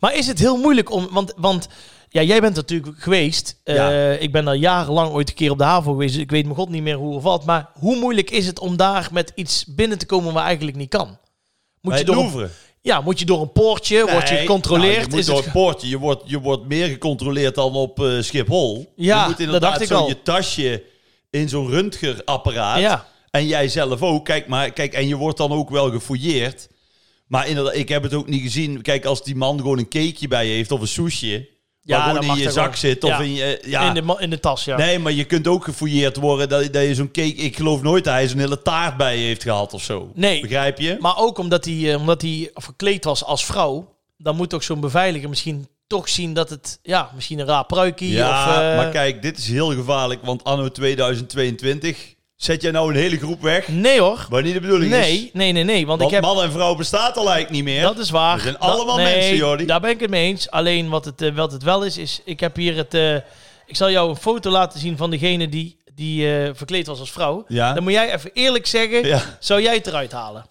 Speaker 1: Maar is het heel moeilijk om... Want, want ja, jij bent er natuurlijk geweest. Eh,
Speaker 2: Ja.
Speaker 1: Ik ben daar jarenlang ooit een keer op de haven geweest. Dus ik weet mijn god niet meer hoe of wat. Maar hoe moeilijk is het om daar met iets binnen te komen waar eigenlijk niet kan? Moet
Speaker 2: Bij
Speaker 1: je
Speaker 2: het
Speaker 1: door een,
Speaker 2: Louvre.
Speaker 1: ja, moet je door een poortje? word je
Speaker 2: Nee,
Speaker 1: gecontroleerd?
Speaker 2: nou, je moet
Speaker 1: is
Speaker 2: door
Speaker 1: het...
Speaker 2: een poortje. Je wordt, je wordt meer gecontroleerd dan op eh, Schiphol.
Speaker 1: Ja,
Speaker 2: je moet
Speaker 1: dat
Speaker 2: inderdaad
Speaker 1: dacht ik
Speaker 2: zo
Speaker 1: al.
Speaker 2: je tasje in zo'n röntgenapparaat.
Speaker 1: Ja.
Speaker 2: En jij zelf ook. Kijk, maar, kijk, en je wordt dan ook wel gefouilleerd. Maar inderdaad, ik heb het ook niet gezien. Kijk, als die man gewoon een cakeje bij je heeft of een sushi...
Speaker 1: Ja,
Speaker 2: Ja,
Speaker 1: dan
Speaker 2: gewoon
Speaker 1: mag
Speaker 2: in je
Speaker 1: dat
Speaker 2: zak
Speaker 1: wel.
Speaker 2: zit of
Speaker 1: Ja.
Speaker 2: in je... eh, Ja.
Speaker 1: in, de, ma- in de tas, ja.
Speaker 2: Nee, maar je kunt ook gefouilleerd worden dat, dat je zo'n cake... Ik geloof nooit dat hij zo'n hele taart bij je heeft gehad of zo.
Speaker 1: Nee.
Speaker 2: Begrijp je?
Speaker 1: Maar ook omdat hij, eh, omdat hij verkleed was als vrouw, dan moet toch zo'n beveiliger misschien toch zien dat het, ja, misschien een raar pruikje
Speaker 2: Ja,
Speaker 1: of... eh,
Speaker 2: maar kijk, dit is heel gevaarlijk, want anno 2022 zet jij nou een hele groep weg,
Speaker 1: Nee hoor.
Speaker 2: waar niet de bedoeling is.
Speaker 1: Nee, nee, nee, nee. Want,
Speaker 2: dus- Want
Speaker 1: ik heb...
Speaker 2: man en vrouw bestaat al eigenlijk niet meer.
Speaker 1: Dat is waar.
Speaker 2: We zijn
Speaker 1: Dat-
Speaker 2: allemaal
Speaker 1: nee,
Speaker 2: mensen, Jordi.
Speaker 1: Daar ben ik het mee eens. Alleen wat het, eh, wat het wel is, is... Ik heb hier het... eh, ik zal jou een foto laten zien van degene die, die eh, verkleed was als vrouw.
Speaker 2: Ja.
Speaker 1: Dan moet jij even eerlijk zeggen,
Speaker 2: Ja.
Speaker 1: zou jij het eruit halen?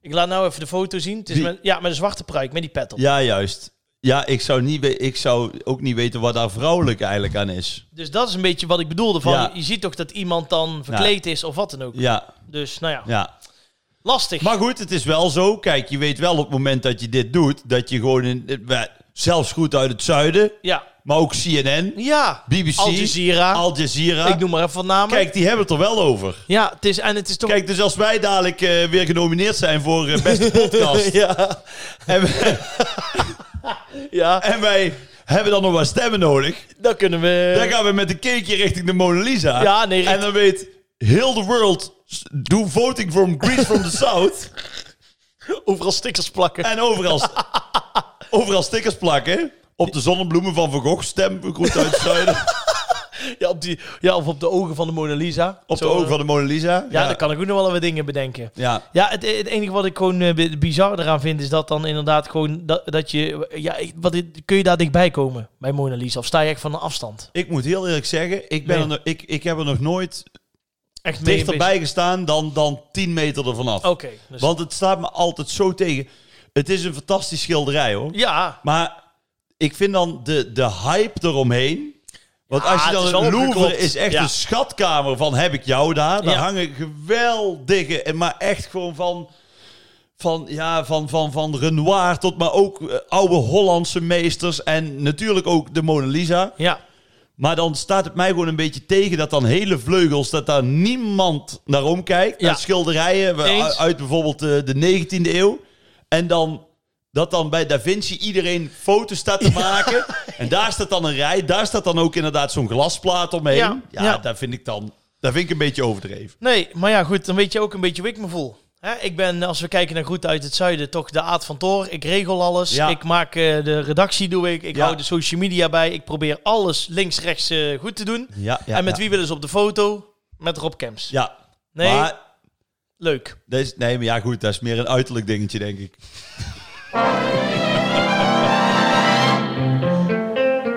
Speaker 1: Ik laat nou even de foto zien. Het is
Speaker 2: Wie?
Speaker 1: met, ja, met een zwarte pruik, met die pet op.
Speaker 2: Ja, juist. Ja, ik zou, niet, we- ik zou ook niet weten wat daar vrouwelijk eigenlijk aan is.
Speaker 1: Dus dat is een beetje wat ik bedoelde. Van,
Speaker 2: Ja.
Speaker 1: Je ziet toch dat iemand dan verkleed is of wat dan ook.
Speaker 2: Ja,
Speaker 1: Dus nou ja,
Speaker 2: ja.
Speaker 1: lastig.
Speaker 2: Maar goed, het is wel zo. Kijk, je weet wel op het moment dat je dit doet, dat je gewoon, in, eh, zelfs goed uit het zuiden,
Speaker 1: ja.
Speaker 2: maar ook CNN,
Speaker 1: ja,
Speaker 2: BBC,
Speaker 1: Al Jazeera.
Speaker 2: Al Jazeera.
Speaker 1: Ik noem maar even van namen.
Speaker 2: Kijk, die hebben het er wel over.
Speaker 1: Ja, het is, en het is toch...
Speaker 2: Kijk, dus als wij dadelijk eh, weer genomineerd zijn voor eh, beste podcast.
Speaker 1: ja.
Speaker 2: en, wij,
Speaker 1: ja,
Speaker 2: en wij hebben dan nog wat stemmen nodig.
Speaker 1: dan kunnen we...
Speaker 2: Dan gaan we met een cakeje richting de Mona Lisa.
Speaker 1: Eh. Ja, nee,
Speaker 2: en dan weet heel de world, s- do voting from Greece from the South.
Speaker 1: overal stickers plakken.
Speaker 2: En overal, st- overal stickers plakken. Op de zonnebloemen van Van Gogh, stem groet uit het zuiden.
Speaker 1: Ja, op die, ja, of op de ogen van de Mona Lisa.
Speaker 2: Op de
Speaker 1: Zo,
Speaker 2: ogen
Speaker 1: eh,
Speaker 2: van de Mona Lisa.
Speaker 1: Ja, dan kan ik ook nog wel wat dingen bedenken.
Speaker 2: Ja.
Speaker 1: Ja, het, het enige wat ik gewoon eh, bi- bizar eraan vind is dat dan inderdaad gewoon dat, dat je... Ja, ik- wat, kun je daar dichtbij komen bij Mona Lisa? Of sta je echt van een afstand?
Speaker 2: Ik moet heel eerlijk zeggen, ik, ben
Speaker 1: Nee.
Speaker 2: er, no- ik, ik heb er nog nooit
Speaker 1: Echt mee
Speaker 2: dichterbij gestaan dan, dan 10 meter ervan af.
Speaker 1: bezig? Oké. dus-
Speaker 2: Want het staat me altijd zo tegen. Het is een fantastisch schilderij hoor.
Speaker 1: ja,
Speaker 2: Maar ik vind dan de, de hype eromheen. Want
Speaker 1: Ja,
Speaker 2: als je
Speaker 1: het
Speaker 2: dan
Speaker 1: is
Speaker 2: het
Speaker 1: wel
Speaker 2: Louvre
Speaker 1: opgeklopt.
Speaker 2: is echt
Speaker 1: Ja.
Speaker 2: een schatkamer van heb ik jou daar. Daar
Speaker 1: Ja.
Speaker 2: hangen geweldige, en maar echt gewoon van, van, ja, van, van, van Renoir tot maar ook eh, oude Hollandse meesters. En natuurlijk ook de Mona Lisa.
Speaker 1: ja.
Speaker 2: Maar dan staat het mij gewoon een beetje tegen dat dan hele vleugels, dat daar niemand naar omkijkt.
Speaker 1: Ja.
Speaker 2: Naar schilderijen we-
Speaker 1: Eens.
Speaker 2: uit bijvoorbeeld eh, de 19e eeuw. En dan dat dan bij Da Vinci iedereen foto's staat te maken. En daar staat dan een rij. Daar staat dan ook inderdaad zo'n glasplaat omheen.
Speaker 1: Ja,
Speaker 2: Ja,
Speaker 1: ja.
Speaker 2: daar vind ik dan... Daar vind ik een beetje overdreven.
Speaker 1: Nee, maar ja, goed, dan weet je ook een beetje hoe ik me voel. Hè, ik ben, als we kijken naar Groeten uit het Zuiden, toch de aard van Toor. Ik regel alles.
Speaker 2: Ja.
Speaker 1: Ik maak eh, de redactie, doe ik. Ik
Speaker 2: Ja.
Speaker 1: hou de social media bij. Ik probeer alles links, rechts eh, goed te doen.
Speaker 2: Ja, ja,
Speaker 1: en met
Speaker 2: ja.
Speaker 1: wie willen ze op de foto? Met Rob Kemps.
Speaker 2: Ja.
Speaker 1: Nee.
Speaker 2: Maar,
Speaker 1: Leuk.
Speaker 2: dat is, nee, maar ja, goed. Dat is meer een uiterlijk dingetje, denk ik.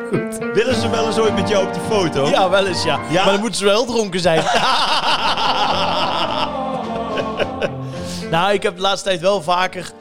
Speaker 2: goed. Willen ze wel eens ooit met jou op de foto?
Speaker 1: Ja, wel eens, ja.
Speaker 2: Oh. Ja?
Speaker 1: Maar dan moeten ze wel dronken zijn. nou, ik heb de laatste tijd wel vaker...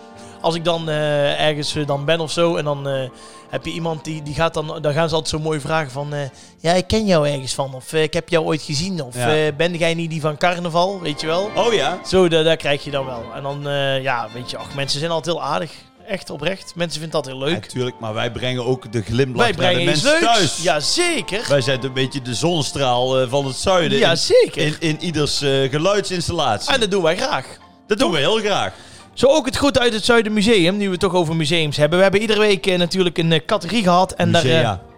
Speaker 1: Als ik dan eh, ergens eh, dan ben of zo... en dan eh, heb je iemand die, die gaat dan... dan gaan ze altijd zo mooi vragen van... eh, ja, ik ken jou ergens van. Of eh, ik heb jou ooit gezien. Of
Speaker 2: Ja.
Speaker 1: eh, ben jij niet die van carnaval? Weet je wel?
Speaker 2: Oh ja?
Speaker 1: Zo, da- daar krijg je dan wel. En dan, eh, ja, weet je... Ach, mensen zijn altijd heel aardig. Echt oprecht. Mensen vinden dat heel leuk.
Speaker 2: Natuurlijk, maar wij brengen ook de glimlach
Speaker 1: Wij brengen
Speaker 2: naar de
Speaker 1: iets
Speaker 2: mensen
Speaker 1: leuks.
Speaker 2: thuis.
Speaker 1: Jazeker.
Speaker 2: Wij zijn een beetje de zonnestraal eh, van het zuiden. in-
Speaker 1: Jazeker.
Speaker 2: In, in ieders eh, geluidsinstallatie.
Speaker 1: En dat doen wij graag.
Speaker 2: dat doen we heel graag.
Speaker 1: Zo ook het goed uit het Zuiden Museum, nu we het toch over museums hebben. We hebben iedere week eh, natuurlijk een eh, categorie gehad. En Daar, eh,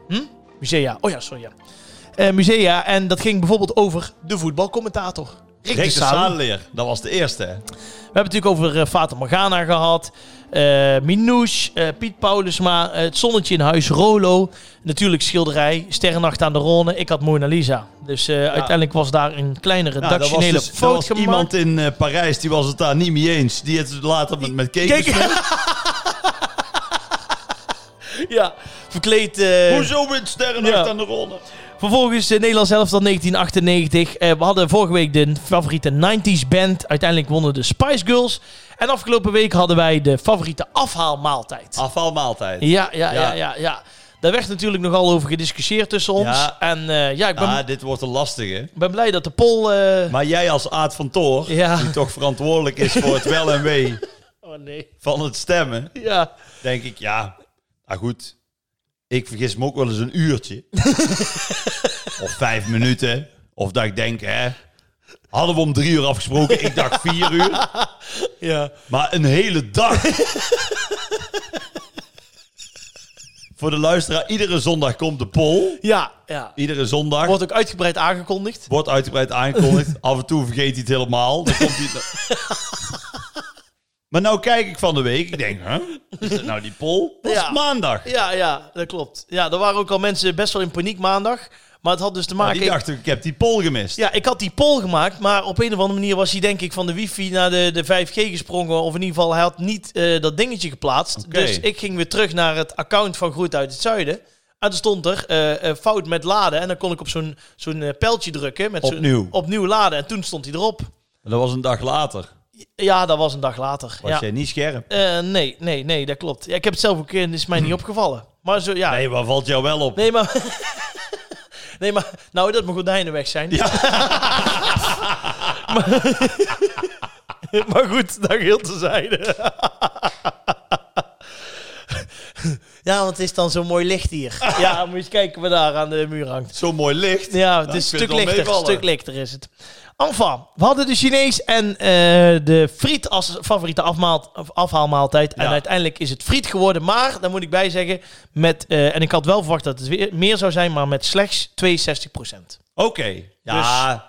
Speaker 2: Musea.
Speaker 1: musea. Oh ja, sorry. Ja. Eh, musea. En dat ging bijvoorbeeld over de voetbalcommentator.
Speaker 2: Rick
Speaker 1: Rick, de
Speaker 2: de
Speaker 1: Saler.
Speaker 2: Sadeleer, dat was de eerste. hè?
Speaker 1: We hebben het natuurlijk over eh, Fata Morgana gehad. eh Minouche, eh, Piet Paulusma, eh, Het Zonnetje in Huis, Rolo. Natuurlijk Schilderij, Sterrennacht aan de Rhône. Ik had Mona Lisa. Dus eh, uiteindelijk was daar een kleine
Speaker 2: Nou, dat was,
Speaker 1: redactionele
Speaker 2: dus- dat
Speaker 1: fout
Speaker 2: was
Speaker 1: gemaakt.
Speaker 2: iemand in eh, Parijs, die was het daar niet mee eens. Die het later met, met cake
Speaker 1: Kijk.
Speaker 2: besmeurd.
Speaker 1: ja, verkleed... eh,
Speaker 2: Hoezo met Sterrennacht
Speaker 1: Ja.
Speaker 2: aan de ronde?
Speaker 1: Vervolgens eh, Nederlands elftal 1998. Eh, we hadden vorige week de favoriete 90s band. Uiteindelijk wonnen de Spice Girls. En afgelopen week hadden wij de favoriete afhaalmaaltijd.
Speaker 2: Afvalmaaltijd.
Speaker 1: Ja, Ah. ja, ja,
Speaker 2: Ja.
Speaker 1: ja, ja. Daar werd natuurlijk nogal over gediscussieerd tussen ons.
Speaker 2: Ja.
Speaker 1: En eh, ja, ik ben,
Speaker 2: Ah, dit wordt een lastige.
Speaker 1: ben blij dat de poll... eh,
Speaker 2: Maar jij als Aad van Toor,
Speaker 1: Ja.
Speaker 2: die toch verantwoordelijk is voor het wel en wee
Speaker 1: Oh nee.
Speaker 2: van het stemmen,
Speaker 1: Ja.
Speaker 2: denk ik, ja, nou goed. Ik vergis me ook wel eens een uurtje. of vijf minuten. Of dat ik denk, hè. Hadden we om drie uur afgesproken, ik dacht vier uur.
Speaker 1: ja.
Speaker 2: Maar een hele dag. Voor de luisteraar, iedere zondag komt de poll.
Speaker 1: Ja, ja.
Speaker 2: Iedere zondag.
Speaker 1: Wordt ook uitgebreid aangekondigd.
Speaker 2: Wordt uitgebreid aangekondigd. Af en toe vergeet hij het helemaal. Dan komt hij het... maar nou kijk ik van de week. Ik denk, hè? Is dat nou die poll? Dat is
Speaker 1: Ja.
Speaker 2: maandag.
Speaker 1: Ja, ja, dat klopt. Ja, er waren ook al mensen best wel in paniek maandag. Maar het had dus te
Speaker 2: Maar
Speaker 1: maken...
Speaker 2: die dacht ik, ik heb die poll gemist.
Speaker 1: Ja, ik had die poll gemaakt, maar op een of andere manier was hij denk ik van de wifi naar de, de 5G gesprongen. Of in ieder geval, hij had niet eh, dat dingetje geplaatst.
Speaker 2: Oké.
Speaker 1: Dus ik ging weer terug naar het account van Groet uit het Zuiden. En toen stond er eh, eh, fout met laden. En dan kon ik op zo'n zo'n eh, pijltje drukken. Met zo'n-
Speaker 2: Opnieuw.
Speaker 1: Opnieuw laden. En toen stond hij erop.
Speaker 2: Dat was een dag later.
Speaker 1: Ja, dat was een dag later.
Speaker 2: Was
Speaker 1: ja.
Speaker 2: jij niet scherp?
Speaker 1: Eh, nee, nee, nee, dat klopt. Ja, ik heb het zelf ook, eh, is mij niet opgevallen. Maar zo, ja.
Speaker 2: Nee, waar valt jou wel op?
Speaker 1: Nee, maar. Nee, maar. Nou, dat mijn gordijnen weg zijn. maar, maar goed, dat heel te zijn. ja, want het is dan zo mooi licht hier. Ja, moet je eens kijken wat daar aan de muur hangt.
Speaker 2: Zo mooi licht.
Speaker 1: Ja, het
Speaker 2: Nou,
Speaker 1: is een
Speaker 2: ik vind het
Speaker 1: stuk
Speaker 2: wel
Speaker 1: lichter.
Speaker 2: meevallen.
Speaker 1: stuk lichter is het. Enfin, we hadden de Chinees en eh, de friet als favoriete afmaalt, of afhaalmaaltijd. En
Speaker 2: Ja.
Speaker 1: uiteindelijk is het friet geworden. Maar, daar moet ik bij zeggen, met, eh, en ik had wel verwacht dat het weer meer zou zijn, maar met slechts 62
Speaker 2: Oké. Ja,
Speaker 1: Dus-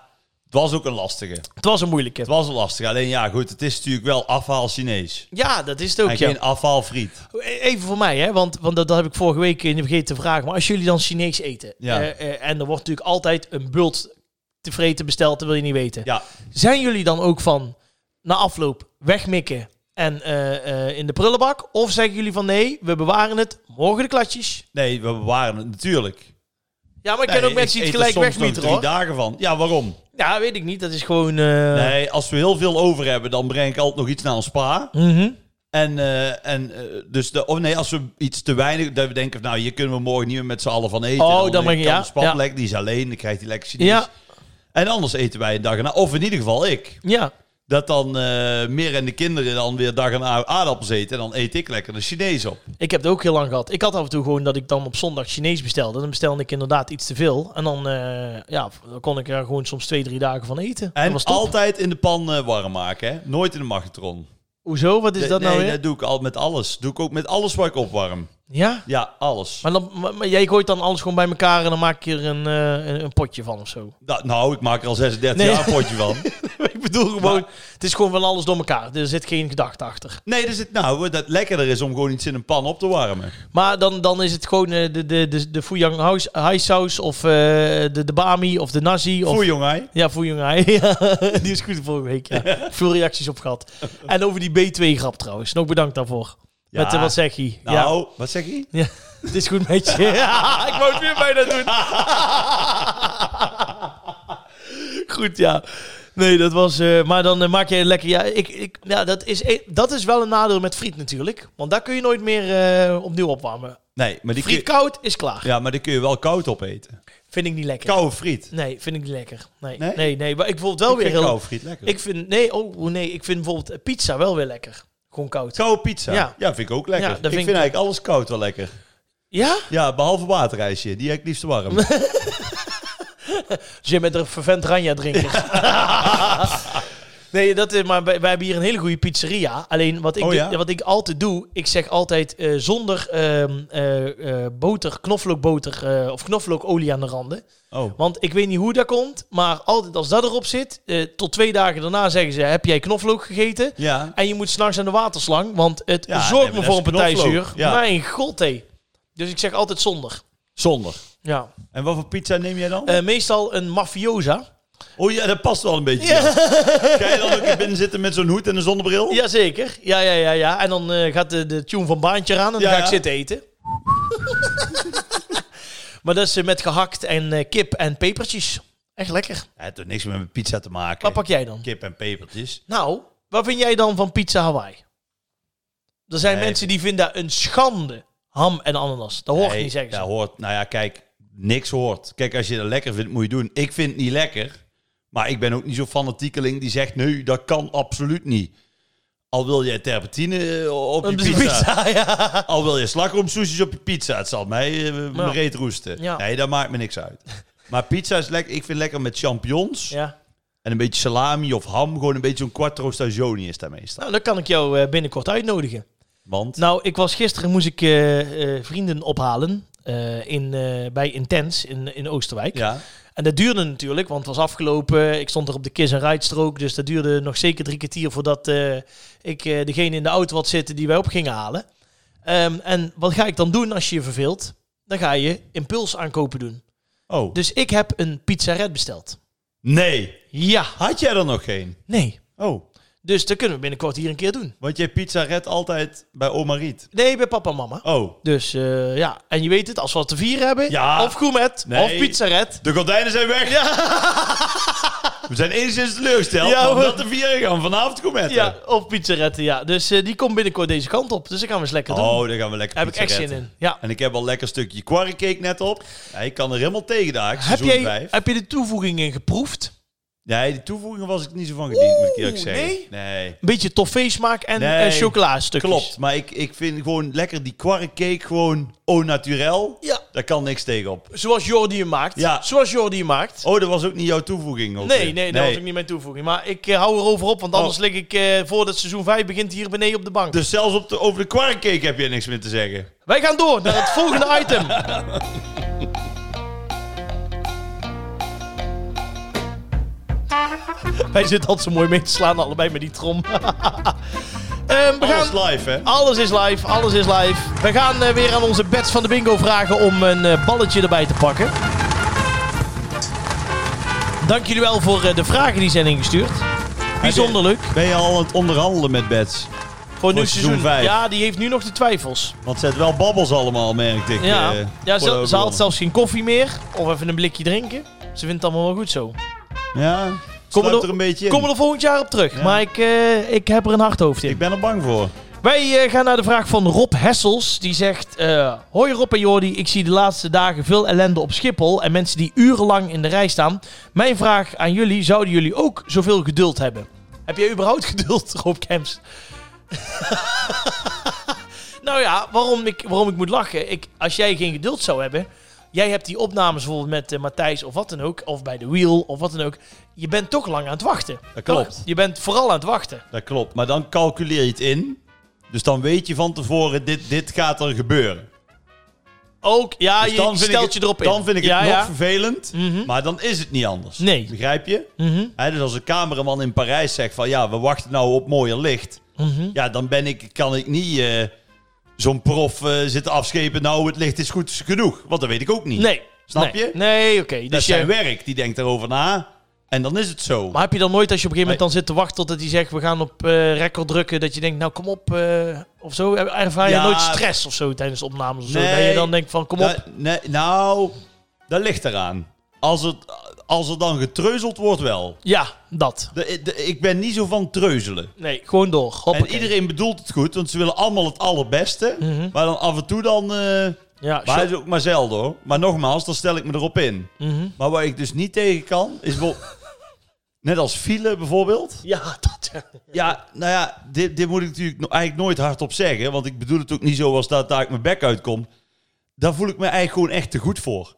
Speaker 2: het was ook een lastige. Het
Speaker 1: Het was een moeilijke.
Speaker 2: was een lastige. Alleen ja, goed, het is natuurlijk wel afhaal Chinees.
Speaker 1: Ja, dat is het ook.
Speaker 2: En
Speaker 1: ja.
Speaker 2: geen afhaal friet.
Speaker 1: E-, Even voor mij, hè, want, want dat, dat heb ik vorige week niet vergeten te vragen. Maar als jullie dan Chinees eten,
Speaker 2: Ja.
Speaker 1: eh, eh, en er wordt natuurlijk altijd een bult te vreten besteld, dat wil je niet weten.
Speaker 2: Ja.
Speaker 1: Zijn jullie dan ook van na afloop wegmikken en eh, eh, in de prullenbak? Of zeggen jullie van nee, we bewaren het, morgen de klatjes?
Speaker 2: Nee, we waren het natuurlijk.
Speaker 1: Ja, maar ik ken
Speaker 2: Nee,
Speaker 1: ook mensen die
Speaker 2: eet
Speaker 1: het
Speaker 2: er
Speaker 1: gelijk
Speaker 2: soms nog
Speaker 1: wegmieten
Speaker 2: drie
Speaker 1: hoor.
Speaker 2: dagen van. Ja, waarom?
Speaker 1: Ja, weet ik niet. Dat is gewoon. eh,
Speaker 2: Nee, als we heel veel over hebben, dan breng ik altijd nog iets naar ons spa.
Speaker 1: mhm.
Speaker 2: En, eh, en eh, dus, de, oh nee, als we iets te weinig, dat we denken, van, nou, hier kunnen we morgen niet meer met z'n allen van eten.
Speaker 1: Oh, dan breng je- ja,
Speaker 2: Ons spa
Speaker 1: ja.
Speaker 2: plek, die is alleen, dan krijgt hij lekker Chinees.
Speaker 1: Ja,
Speaker 2: En anders eten wij een dag erna, of in ieder geval ik.
Speaker 1: ja.
Speaker 2: Dat dan eh, meer en de kinderen dan weer dag erna aardappels eten. En dan eet ik lekker de Chinees op.
Speaker 1: Ik heb het ook heel lang gehad. Ik had af en toe gewoon dat ik dan op zondag Chinees bestelde. Dan bestelde ik inderdaad iets te veel. En dan, eh, ja, dan kon ik er gewoon soms twee, drie dagen van eten. dat
Speaker 2: En
Speaker 1: was top.
Speaker 2: altijd in de pan eh, warm maken, hè? Nooit in de magnetron.
Speaker 1: Hoezo? Wat is dat
Speaker 2: nee,
Speaker 1: nou weer?
Speaker 2: dat doe ik al met alles. Doe ik ook met alles wat ik opwarm.
Speaker 1: Ja?
Speaker 2: Ja, alles.
Speaker 1: Maar, dan, maar, maar jij gooit dan alles gewoon bij elkaar en dan maak je er een, eh, een, een potje van of zo.
Speaker 2: Nou, nou, ik maak er al 36
Speaker 1: Nee.
Speaker 2: jaar een potje van.
Speaker 1: ik bedoel gewoon,
Speaker 2: Maar-
Speaker 1: het is gewoon van alles door elkaar. Er zit geen gedachte achter.
Speaker 2: Nee, dus het, nou, dat het lekkerder is om gewoon iets in een pan op te warmen.
Speaker 1: Maar dan, dan is het gewoon eh, de, de, de, de Fuyang house- Hai saus of eh, de, de Bami of de Nazi. Of,
Speaker 2: Voor jongen.
Speaker 1: Ja, Fuyang Hai. Ja, die is goed vorige week. Ja. Veel reacties op gehad. En over die B2-grap trouwens. Nog bedankt daarvoor.
Speaker 2: Ja.
Speaker 1: Met de wat zeg je?
Speaker 2: Nou, wat zeg je?
Speaker 1: Ja. ja. Het is goed met je. Ja, ik wou het weer bijna doen. Goed, ja. Nee, dat was... eh, maar dan eh, maak je lekker... Ja, ik, ik, ja dat, is, eh, dat is wel een nadeel met friet natuurlijk. Want daar kun je nooit meer eh, opnieuw opwarmen.
Speaker 2: Nee, maar die, kun,
Speaker 1: Friet koud is klaar.
Speaker 2: ja, maar die kun je wel koud opeten.
Speaker 1: Vind ik niet lekker.
Speaker 2: Koude friet.
Speaker 1: Nee, vind ik niet lekker. Nee, nee,
Speaker 2: Nee?
Speaker 1: nee. Maar ik bijvoorbeeld wel
Speaker 2: Ik
Speaker 1: weer
Speaker 2: vind
Speaker 1: heel...
Speaker 2: koude friet lekker.
Speaker 1: Ik vind... Nee, oh nee. Ik vind bijvoorbeeld eh, pizza wel weer lekker. Gewoon koud.
Speaker 2: Koude pizza.
Speaker 1: Ja.
Speaker 2: Ja. vind ik ook lekker.
Speaker 1: Ja, dat
Speaker 2: ik
Speaker 1: vind
Speaker 2: vind,
Speaker 1: ik-
Speaker 2: eigenlijk alles koud wel lekker.
Speaker 1: Ja?
Speaker 2: Ja, behalve waterijsje. Die heb ik liefst warm.
Speaker 1: Dus jij bent een vervent ranja drinker. nee, dat is... Maar wij, wij hebben hier een hele goede pizzeria. Alleen wat ik,
Speaker 2: Oh,
Speaker 1: doe-
Speaker 2: ja?
Speaker 1: wat ik altijd doe... Ik zeg altijd eh, zonder ehm, eh, eh, boter, knoflookboter eh, of knoflookolie aan de randen.
Speaker 2: Oh.
Speaker 1: Want ik weet niet hoe dat komt. Maar altijd als dat erop zit... eh, tot twee dagen daarna zeggen ze... Heb jij knoflook gegeten?
Speaker 2: Ja.
Speaker 1: En je moet s'nachts aan de waterslang, want het
Speaker 2: Ja, nee,
Speaker 1: zorgt
Speaker 2: maar dat
Speaker 1: me voor
Speaker 2: is
Speaker 1: een partijzuur.
Speaker 2: knoflook, ja.
Speaker 1: Mijn god, hé. Dus ik zeg altijd zonder.
Speaker 2: Zonder.
Speaker 1: Ja.
Speaker 2: En wat voor pizza neem jij dan?
Speaker 1: Eh, meestal een mafiosa.
Speaker 2: oh ja, dat past wel een beetje. Ja. Kan je dan ook in binnen zitten met zo'n hoed en een zonnebril?
Speaker 1: Jazeker. Ja, ja, ja, ja. En dan eh, gaat de, de tune van Baantje aan en dan
Speaker 2: Ja,
Speaker 1: ga ik
Speaker 2: ja.
Speaker 1: zitten eten. maar dat is eh, met gehakt en eh, kip en pepertjes. Echt lekker.
Speaker 2: Ja, Het heeft niks meer met pizza te maken.
Speaker 1: Wat pak jij dan?
Speaker 2: Kip en pepertjes.
Speaker 1: Nou, wat vind jij dan van pizza Hawaii? Er zijn
Speaker 2: Nee.
Speaker 1: mensen die vinden dat een schande. Ham en ananas. Dat hoort
Speaker 2: Nee,
Speaker 1: niet, zeggen ze.
Speaker 2: dat hoort. Nou ja, kijk, niks hoort. Kijk, als je dat lekker vindt, moet je doen. Ik vind het niet lekker. Maar ik ben ook niet zo'n fanatiekeling die zegt, nee, dat kan absoluut niet. Al wil je terpentine eh, op je
Speaker 1: Een
Speaker 2: pizza.
Speaker 1: pizza, ja.
Speaker 2: Al wil je slagroomsoesjes op je pizza. Het zal mij eh, mijn
Speaker 1: Ja.
Speaker 2: reet roesten.
Speaker 1: Ja.
Speaker 2: Nee, dat maakt me niks uit. Maar pizza is lekker. Ik vind lekker met champignons.
Speaker 1: ja.
Speaker 2: En een beetje salami of ham. Gewoon een beetje een quattro stagioni is daar meestal.
Speaker 1: Nou, dan kan ik jou eh, binnenkort uitnodigen.
Speaker 2: Want...
Speaker 1: Nou, ik was gisteren moest ik eh, eh, vrienden ophalen eh, in, eh, bij Intens in, in Oosterwijk.
Speaker 2: Ja.
Speaker 1: En dat duurde natuurlijk, want het was afgelopen. Ik stond er op de kiss- en rijstrook, dus dat duurde nog zeker drie kwartier voordat eh, ik eh, degene in de auto had zitten die wij op gingen halen. Ehm, en wat ga ik dan doen als je je verveelt? Dan ga je impuls aankopen doen.
Speaker 2: Oh.
Speaker 1: Dus ik heb een pizzaret besteld.
Speaker 2: Nee.
Speaker 1: Ja,
Speaker 2: Had jij er nog geen?
Speaker 1: nee.
Speaker 2: Oh.
Speaker 1: Dus dat kunnen we binnenkort hier een keer doen.
Speaker 2: Want jij pizza red altijd bij oma Riet.
Speaker 1: Nee, bij papa en mama.
Speaker 2: Oh.
Speaker 1: Dus eh, ja, en je weet het, als we wat te vieren hebben,
Speaker 2: Ja.
Speaker 1: of gourmet,
Speaker 2: Nee.
Speaker 1: of pizzaret.
Speaker 2: De gordijnen zijn weg. We zijn enigszins teleurgesteld.
Speaker 1: Ja,
Speaker 2: Ja,
Speaker 1: hoor.
Speaker 2: dat de vieren gaan vanavond komen
Speaker 1: Ja, of pizzaretten, ja. Dus eh, die komt binnenkort deze kant op. Dus dat gaan we eens lekker doen.
Speaker 2: Oh, daar gaan we lekker
Speaker 1: Daar heb ik echt
Speaker 2: pizzaretten.
Speaker 1: zin in. Ja.
Speaker 2: En ik heb al lekker stukje kwarkcake net op. Ja, ik kan er helemaal tegen dagen.
Speaker 1: Heb,
Speaker 2: Seizoen
Speaker 1: jij,
Speaker 2: vijf.
Speaker 1: heb je de toevoegingen geproefd?
Speaker 2: Nee, die toevoeging was ik niet zo van gediend, moet ik eerlijk
Speaker 1: Oeh,
Speaker 2: zeggen.
Speaker 1: nee?
Speaker 2: nee.
Speaker 1: Een beetje toffee-smaak en
Speaker 2: Nee.
Speaker 1: eh, chocoladestukjes.
Speaker 2: Klopt, maar ik, ik vind gewoon lekker die kwarkcake gewoon au naturel.
Speaker 1: Ja.
Speaker 2: Daar kan niks tegen op.
Speaker 1: Zoals Jordi hem maakt.
Speaker 2: Ja.
Speaker 1: Zoals Jordi hem maakt.
Speaker 2: Oh, dat was ook niet jouw toevoeging? ook
Speaker 1: Nee,
Speaker 2: weer.
Speaker 1: nee, dat was ook niet mijn toevoeging. Maar ik eh, hou erover op, want anders
Speaker 2: Oh.
Speaker 1: lig ik eh voordat seizoen 5 begint hier beneden op de bank.
Speaker 2: Dus zelfs op de, over de kwarkcake heb je niks meer te zeggen.
Speaker 1: Wij gaan door naar het volgende item. Wij zitten altijd zo mooi mee te slaan, allebei met die trom. Ehm, we
Speaker 2: Alles
Speaker 1: gaan...
Speaker 2: live, hè?
Speaker 1: Alles is live, alles is live. We gaan eh, weer aan onze bets van de bingo vragen om een eh, balletje erbij te pakken. Dank jullie wel voor eh, de vragen die zijn ingestuurd. Bijzonder leuk.
Speaker 2: Ben je al aan het onderhandelen met Bets?
Speaker 1: Voor nu
Speaker 2: Voor seizoen
Speaker 1: seizoen.
Speaker 2: vijf.
Speaker 1: Ja, die heeft nu nog de twijfels.
Speaker 2: Want ze had wel babbels allemaal, merkte ik.
Speaker 1: Ja,
Speaker 2: eh, voor de
Speaker 1: ja ze, ze haalt
Speaker 2: begonnen.
Speaker 1: zelfs geen koffie meer. Of even een blikje drinken. Ze vindt het allemaal wel goed zo.
Speaker 2: Ja,
Speaker 1: Kom
Speaker 2: kom
Speaker 1: er,
Speaker 2: er een beetje in.
Speaker 1: Komen we er volgend jaar op terug.
Speaker 2: Ja.
Speaker 1: Maar ik, eh, ik heb er een hard hoofd in.
Speaker 2: Ik ben er bang voor.
Speaker 1: Wij eh, gaan naar de vraag van Rob Hessels. Die zegt: eh, Hoi Rob en Jordi, ik zie de laatste dagen veel ellende op Schiphol. En mensen die urenlang in de rij staan. Mijn vraag aan jullie: zouden jullie ook zoveel geduld hebben? Heb jij überhaupt geduld, Rob Kemps? nou ja, waarom ik, waarom ik moet lachen. Ik, als jij geen geduld zou hebben, Jij hebt die opnames bijvoorbeeld met eh, Matthijs of wat dan ook. Of bij de Wheel of wat dan ook. Je bent toch lang aan het wachten.
Speaker 2: Dat klopt.
Speaker 1: Je bent vooral aan het wachten.
Speaker 2: Dat klopt. Maar dan calculeer je het in. Dus dan weet je van tevoren, dit, dit gaat er gebeuren.
Speaker 1: Ook, ja,
Speaker 2: Dus
Speaker 1: Ah, je
Speaker 2: dan vind ik
Speaker 1: stelt
Speaker 2: het-
Speaker 1: je erop in.
Speaker 2: Dan vind ik het
Speaker 1: ja,
Speaker 2: nog
Speaker 1: ja. Mhm.
Speaker 2: vervelend. Maar dan is het niet anders.
Speaker 1: Nee.
Speaker 2: Begrijp je?
Speaker 1: Mhm.
Speaker 2: Hè, dus als een cameraman in Parijs zegt van... Ja, we wachten nou op mooier licht.
Speaker 1: Mhm.
Speaker 2: Ja, dan ben ik, kan ik niet eh, zo'n prof eh, zitten afschepen. Nou, het licht is goed genoeg. Want dat weet ik ook niet.
Speaker 1: Nee.
Speaker 2: Snap
Speaker 1: nee.
Speaker 2: je?
Speaker 1: Nee, oké.
Speaker 2: Dat
Speaker 1: Dus
Speaker 2: is zijn
Speaker 1: je-
Speaker 2: werk. Die denkt daarover na. En dan is het zo.
Speaker 1: Maar heb je dan nooit, als je op een gegeven moment
Speaker 2: Nee.
Speaker 1: dan zit te wachten totdat hij zegt, we gaan op eh, record drukken, dat je denkt, nou kom op, eh, of zo? Ervaar je
Speaker 2: Ja.
Speaker 1: nooit stress of zo tijdens opnames of zo?
Speaker 2: Nee.
Speaker 1: Dat je dan denkt van, kom op.
Speaker 2: Da- nee, nou, dat ligt eraan. Als, het, als er dan getreuzeld wordt wel.
Speaker 1: Ja, dat.
Speaker 2: De- de- ik ben niet zo van treuzelen.
Speaker 1: Nee, gewoon door. Hoppakee.
Speaker 2: En iedereen bedoelt het goed, want ze willen allemaal het allerbeste.
Speaker 1: Mhm.
Speaker 2: Maar dan af en toe dan... eh
Speaker 1: Ja,
Speaker 2: maar
Speaker 1: shot.
Speaker 2: het is ook maar zelden hoor. Maar nogmaals, dan stel ik me erop in.
Speaker 1: Mhm.
Speaker 2: Maar waar ik dus niet tegen kan, is wel... Net als file bijvoorbeeld.
Speaker 1: Ja, dat. ja.
Speaker 2: Ja, nou ja, dit, dit moet ik natuurlijk no- eigenlijk nooit hardop zeggen. Want ik bedoel het ook niet zo als dat daar ik mijn bek uitkom. Daar voel ik me eigenlijk gewoon echt te goed voor.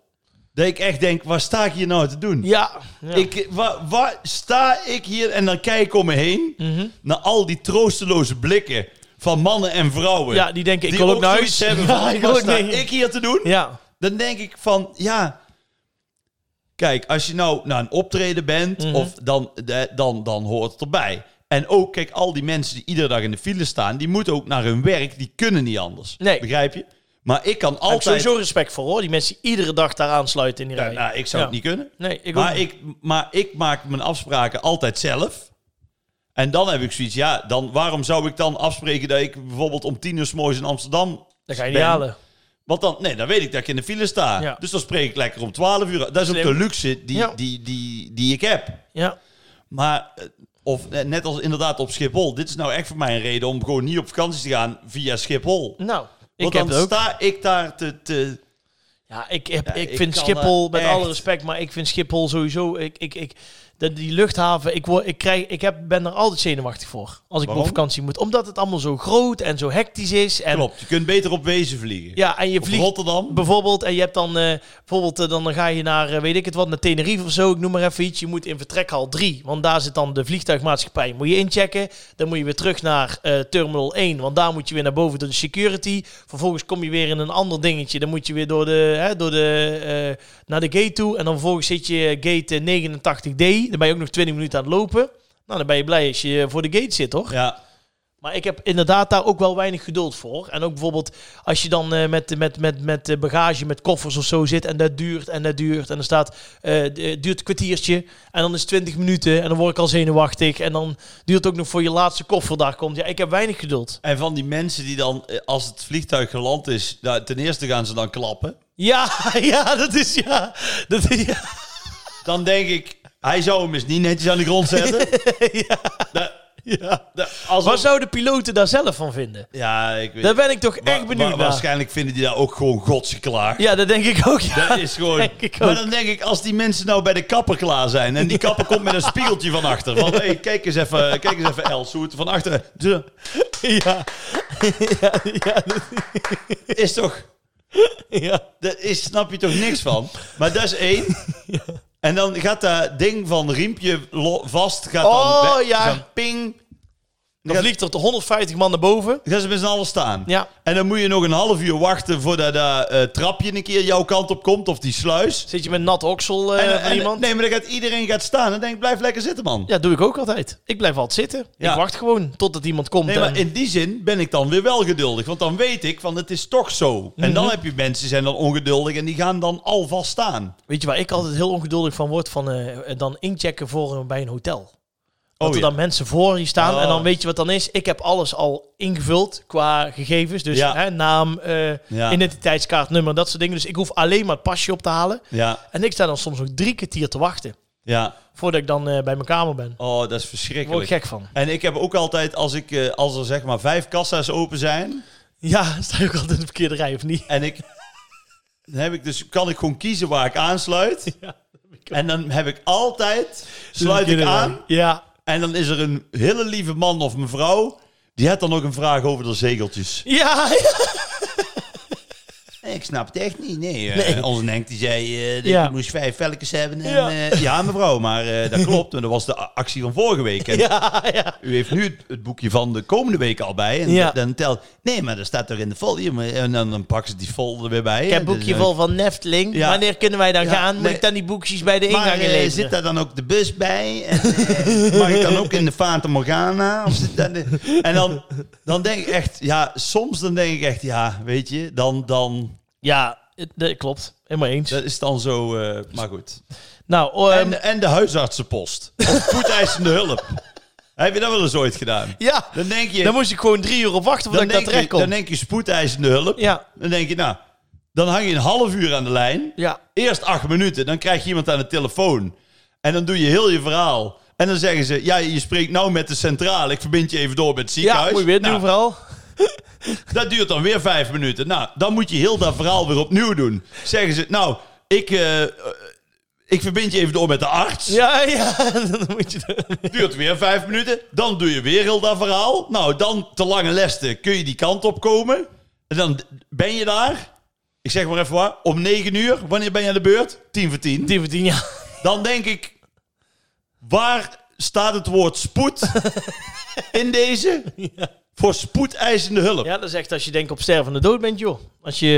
Speaker 2: Dat ik echt denk, waar sta ik hier nou te doen?
Speaker 1: Ja. ja.
Speaker 2: Ik, waar, waar sta ik hier en dan kijk ik om me heen
Speaker 1: Mhm.
Speaker 2: naar al die troosteloze blikken van mannen en vrouwen.
Speaker 1: Ja, die denken, ik wil ook naar huis.
Speaker 2: zoiets Hebben van,
Speaker 1: Ja, ik wil
Speaker 2: wat
Speaker 1: ook
Speaker 2: sta
Speaker 1: naar-
Speaker 2: ik hier te doen?
Speaker 1: Ja.
Speaker 2: Dan denk ik van, ja... Kijk, als je nou naar een optreden bent,
Speaker 1: Mhm.
Speaker 2: of dan, de- dan, dan hoort het erbij. En ook, kijk, al die mensen die iedere dag in de file staan, die moeten ook naar hun werk, die kunnen niet anders.
Speaker 1: Nee.
Speaker 2: Begrijp je? Maar ik kan
Speaker 1: Altijd.
Speaker 2: altijd...
Speaker 1: sowieso respect voor hoor, die mensen die iedere dag daar aansluiten in die
Speaker 2: Ja,
Speaker 1: rij.
Speaker 2: nou, ik zou
Speaker 1: Ja.
Speaker 2: het niet kunnen.
Speaker 1: Nee, ik ook
Speaker 2: maar,
Speaker 1: niet.
Speaker 2: ik, maar ik maak mijn afspraken altijd zelf. En dan heb ik zoiets, ja, dan, waarom zou ik dan afspreken dat ik bijvoorbeeld om tien uur 's morgens in Amsterdam...
Speaker 1: Dat ga je
Speaker 2: ben?
Speaker 1: niet halen.
Speaker 2: Want dan, nee, dan weet ik dat ik in de file sta.
Speaker 1: Ja.
Speaker 2: Dus dan spreek ik lekker om 12 uur. Dat is ook
Speaker 1: Slim.
Speaker 2: de luxe die,
Speaker 1: Ja.
Speaker 2: die, die, die ik heb.
Speaker 1: Ja.
Speaker 2: Maar, eh, of eh, net als inderdaad op Schiphol. Dit is nou echt voor mij een reden om gewoon niet op vakantie te gaan via Schiphol.
Speaker 1: Nou, ik
Speaker 2: Want
Speaker 1: heb
Speaker 2: dan
Speaker 1: het ook.
Speaker 2: sta ik daar te... te
Speaker 1: Ja, ik, heb, ik,
Speaker 2: ik
Speaker 1: vind
Speaker 2: kan
Speaker 1: Schiphol,
Speaker 2: er
Speaker 1: met
Speaker 2: echt-
Speaker 1: alle respect, maar ik vind Schiphol sowieso... Ik, ik, ik, de, die luchthaven, ik, word, ik, krijg, ik heb, ben er altijd zenuwachtig voor. Als ik op
Speaker 2: Waarom?
Speaker 1: vakantie moet. Omdat het allemaal zo groot en zo hectisch is. En,
Speaker 2: klopt, je kunt beter op Wezen vliegen.
Speaker 1: Ja, en je
Speaker 2: Of
Speaker 1: vliegt
Speaker 2: Rotterdam.
Speaker 1: bijvoorbeeld... En je hebt dan... eh, bijvoorbeeld, eh, dan ga je naar, eh, weet ik het wat, naar Tenerife of zo. Ik noem maar even iets. Je moet in vertrekhal 3. Want daar zit dan de vliegtuigmaatschappij. Moet je inchecken. Dan moet je weer terug naar eh, terminal 1. Want daar moet je weer naar boven door de security. Vervolgens kom je weer in een ander dingetje. Dan moet je weer door de, hè, door de, eh, naar de gate toe. En dan vervolgens zit je eh, gate eh, 89D. Dan ben je ook nog 20 minuten aan het lopen. Nou, dan ben je blij als je eh, voor de gate zit, toch?
Speaker 2: Ja,
Speaker 1: Maar ik heb inderdaad daar ook wel weinig geduld voor. En ook bijvoorbeeld als je dan eh, met, met, met, met eh, bagage, met koffers of zo zit. En dat duurt en dat duurt. En dan staat, eh, d- eh, duurt een kwartiertje. En dan is het 20 minuten. En dan word ik al zenuwachtig. En dan duurt het ook nog voor je laatste koffer daar komt. Ja, ik heb weinig geduld.
Speaker 2: En van die mensen die dan, eh, als het vliegtuig geland is, nou, ten eerste gaan ze dan klappen.
Speaker 1: Ja, ja, dat is ja. Dat is, ja.
Speaker 2: Dan denk ik, hij zou hem eens niet netjes aan de grond zetten. Da- da- alsof-
Speaker 1: Wat zouden piloten daar zelf van vinden?
Speaker 2: ja, ik weet
Speaker 1: Daar ben ik toch echt
Speaker 2: Wa-
Speaker 1: benieuwd
Speaker 2: wa-
Speaker 1: naar.
Speaker 2: Waarschijnlijk vinden die daar ook gewoon godsgeklaar.
Speaker 1: Ja, dat denk ik ook. Ja.
Speaker 2: Dat is gewoon...
Speaker 1: denk ik
Speaker 2: Maar
Speaker 1: ook.
Speaker 2: dan denk ik, als die mensen nou bij de kapper klaar zijn... en die kapper komt met een spiegeltje van achter. Van, hey, kijk eens even, kijk eens even Els, hoe het van achter... Zo.
Speaker 1: Ja. Ja, ja, dat-
Speaker 2: Is toch...
Speaker 1: ja.
Speaker 2: Daar is, snap je toch niks van? Maar dat is één. En dan gaat dat ding van riempje lo- vast. Gaat dan
Speaker 1: Oh,
Speaker 2: weg,
Speaker 1: ja.
Speaker 2: gaan ping.
Speaker 1: Dan vliegt er 150 man naar boven.
Speaker 2: Dan gaan ze met z'n allen staan.
Speaker 1: Ja.
Speaker 2: En dan moet je nog een half uur wachten voordat dat eh, trapje een keer jouw kant op komt. Of die sluis.
Speaker 1: Zit je met nat oksel eh,
Speaker 2: en,
Speaker 1: van
Speaker 2: en-
Speaker 1: iemand?
Speaker 2: Nee, maar dan gaat iedereen gaat staan. En denk ik, blijf lekker zitten, man.
Speaker 1: Ja, doe ik ook altijd. Ik blijf altijd zitten.
Speaker 2: Ja.
Speaker 1: Ik wacht gewoon totdat iemand komt.
Speaker 2: Nee, maar
Speaker 1: en-
Speaker 2: in die zin ben ik dan weer wel geduldig. Want dan weet ik, van het is toch zo.
Speaker 1: Mhm.
Speaker 2: En dan heb je mensen die zijn dan ongeduldig en die gaan dan alvast staan.
Speaker 1: Weet je waar ik altijd heel ongeduldig van word? Van eh, dan inchecken voor een- bij een hotel. Dat
Speaker 2: Oh,
Speaker 1: er
Speaker 2: ja.
Speaker 1: dan mensen voor je staan.
Speaker 2: Oh.
Speaker 1: En dan weet je wat dan is. Ik heb alles al ingevuld qua gegevens. Dus
Speaker 2: Ja.
Speaker 1: hè, naam, eh,
Speaker 2: Ja.
Speaker 1: identiteitskaart, nummer, dat soort dingen. Dus ik hoef alleen maar het pasje op te halen.
Speaker 2: Ja,
Speaker 1: En ik sta dan soms ook drie kwartier te wachten.
Speaker 2: ja.
Speaker 1: Voordat ik dan eh, bij mijn kamer ben.
Speaker 2: Oh, dat is
Speaker 1: Daar word ik
Speaker 2: verschrikkelijk.
Speaker 1: gek van.
Speaker 2: En ik heb ook altijd, als, ik, eh, als er zeg maar vijf kassa's open zijn,
Speaker 1: Ja, sta je ook altijd in de verkeerde rij of niet?
Speaker 2: en ik, dan heb ik dus, kan ik gewoon kiezen waar ik aansluit. En dan heb ik altijd, sluit ik aan,
Speaker 1: Ja.
Speaker 2: en dan is er een hele lieve man of mevrouw, die had dan ook een vraag over de zegeltjes.
Speaker 1: Ja, ja.
Speaker 2: Ja, ik snap het echt niet. Nee, eh,
Speaker 1: Nee.
Speaker 2: onze Henk die zei eh, dat
Speaker 1: Ja.
Speaker 2: je moest vijf velkens hebben. En,
Speaker 1: Ja.
Speaker 2: ja. ja, mevrouw, maar eh, dat klopt. En dat was de a- actie van vorige week. En
Speaker 1: Ja, ja.
Speaker 2: U heeft nu het, het boekje van de komende week al bij. En
Speaker 1: Ja.
Speaker 2: d- dan telt... Nee, maar dat staat er in de folder. maar- En dan, dan pakken ze die folder er weer bij. Dus
Speaker 1: Ik heb een boekje vol van Neftling.
Speaker 2: Ja.
Speaker 1: Wanneer kunnen wij dan
Speaker 2: Ja,
Speaker 1: gaan? Moet
Speaker 2: nee.
Speaker 1: ik dan die boekjes bij de ingang
Speaker 2: Maar eh,
Speaker 1: inleveren?
Speaker 2: zit daar dan ook de bus bij? En, eh, mag ik dan ook in de Fata Morgana? Of zit dat in- en dan, dan denk ik echt... Ja, soms dan denk ik echt... Ja, weet je, dan... dan
Speaker 1: Ja, het- dat klopt. Helemaal eens.
Speaker 2: dat is dan zo... eh, maar goed.
Speaker 1: nou, ehm,
Speaker 2: En, eh, en de huisartsenpost. Of spoedeisende hulp. Heb je dat wel eens ooit gedaan?
Speaker 1: ja,
Speaker 2: Dan denk je...
Speaker 1: dan moest ik gewoon drie uur op wachten
Speaker 2: dan,
Speaker 1: voordat ik daar
Speaker 2: denk
Speaker 1: terecht
Speaker 2: je,
Speaker 1: kom.
Speaker 2: dan denk je spoedeisende hulp.
Speaker 1: Ja,
Speaker 2: Dan denk je, nou, dan hang je een half uur aan de lijn.
Speaker 1: ja.
Speaker 2: Eerst acht minuten, dan krijg je iemand aan de telefoon. En dan doe je heel je verhaal. En dan zeggen ze, ja, je spreekt nou met de centrale. Ik verbind je even door met het
Speaker 1: Ja,
Speaker 2: ziekenhuis.
Speaker 1: moet je weer
Speaker 2: Nou,
Speaker 1: doen vooral.
Speaker 2: Dat duurt dan weer vijf minuten. Nou, dan moet je heel dat verhaal weer opnieuw doen. Zeggen ze, nou, ik, eh, eh, ik verbind je even door met de arts.
Speaker 1: Ja, ja. Dan moet je doen.
Speaker 2: Duurt weer vijf minuten. Dan doe je weer heel dat verhaal. Nou, dan te lange lesten kun je die kant op komen. En dan ben je daar. Ik zeg maar even waar. Om negen uur. Wanneer ben je aan de beurt? Tien voor tien.
Speaker 1: Die verdien ja.
Speaker 2: Dan denk ik... Waar staat het woord spoed in deze? Voor spoedeisende hulp. Ja,
Speaker 1: Ja, dat is echt als je denkt op stervende dood bent, joh. Als je...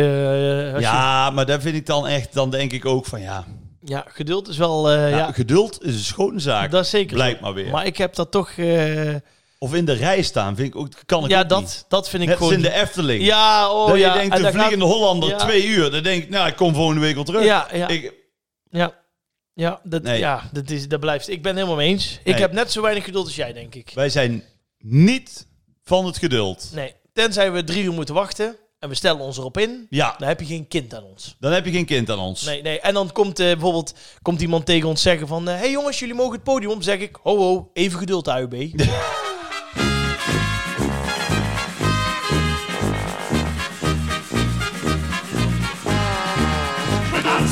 Speaker 1: eh, als je-
Speaker 2: maar daar vind ik dan echt... Dan denk ik ook van ja...
Speaker 1: ja, geduld is wel... eh,
Speaker 2: ja,
Speaker 1: ja,
Speaker 2: Geduld is een schone zaak.
Speaker 1: dat is zeker zo.
Speaker 2: Blijkt maar weer.
Speaker 1: Maar ik heb dat toch... eh,
Speaker 2: Of in de rij staan vind ik ook... Kan ik
Speaker 1: ja,
Speaker 2: ook niet.
Speaker 1: dat, dat vind ik
Speaker 2: Net als
Speaker 1: gewoon...
Speaker 2: in de Efteling.
Speaker 1: Ja, oh
Speaker 2: dat
Speaker 1: ja.
Speaker 2: je denkt,
Speaker 1: en
Speaker 2: de
Speaker 1: dat gaat-
Speaker 2: vliegende Hollander,
Speaker 1: ja.
Speaker 2: twee uur. Dan denk ik, nou, ik kom volgende week al terug.
Speaker 1: Ja, ja.
Speaker 2: Ik,
Speaker 1: Ja, ja, dat,
Speaker 2: Nee.
Speaker 1: ja dat, is, dat blijft. Ik ben het helemaal mee eens. Ik
Speaker 2: Nee.
Speaker 1: heb net zo weinig geduld als jij, denk ik.
Speaker 2: wij zijn niet van het geduld.
Speaker 1: Nee, tenzij we drie uur moeten wachten en we stellen ons erop in,
Speaker 2: Ja,
Speaker 1: dan heb je geen kind aan ons.
Speaker 2: dan heb je geen kind aan ons.
Speaker 1: Nee, nee. En dan komt eh, bijvoorbeeld komt iemand tegen ons zeggen van... Hé hey jongens, jullie mogen het podium op. zeg ik, ho ho, even geduld AUB. We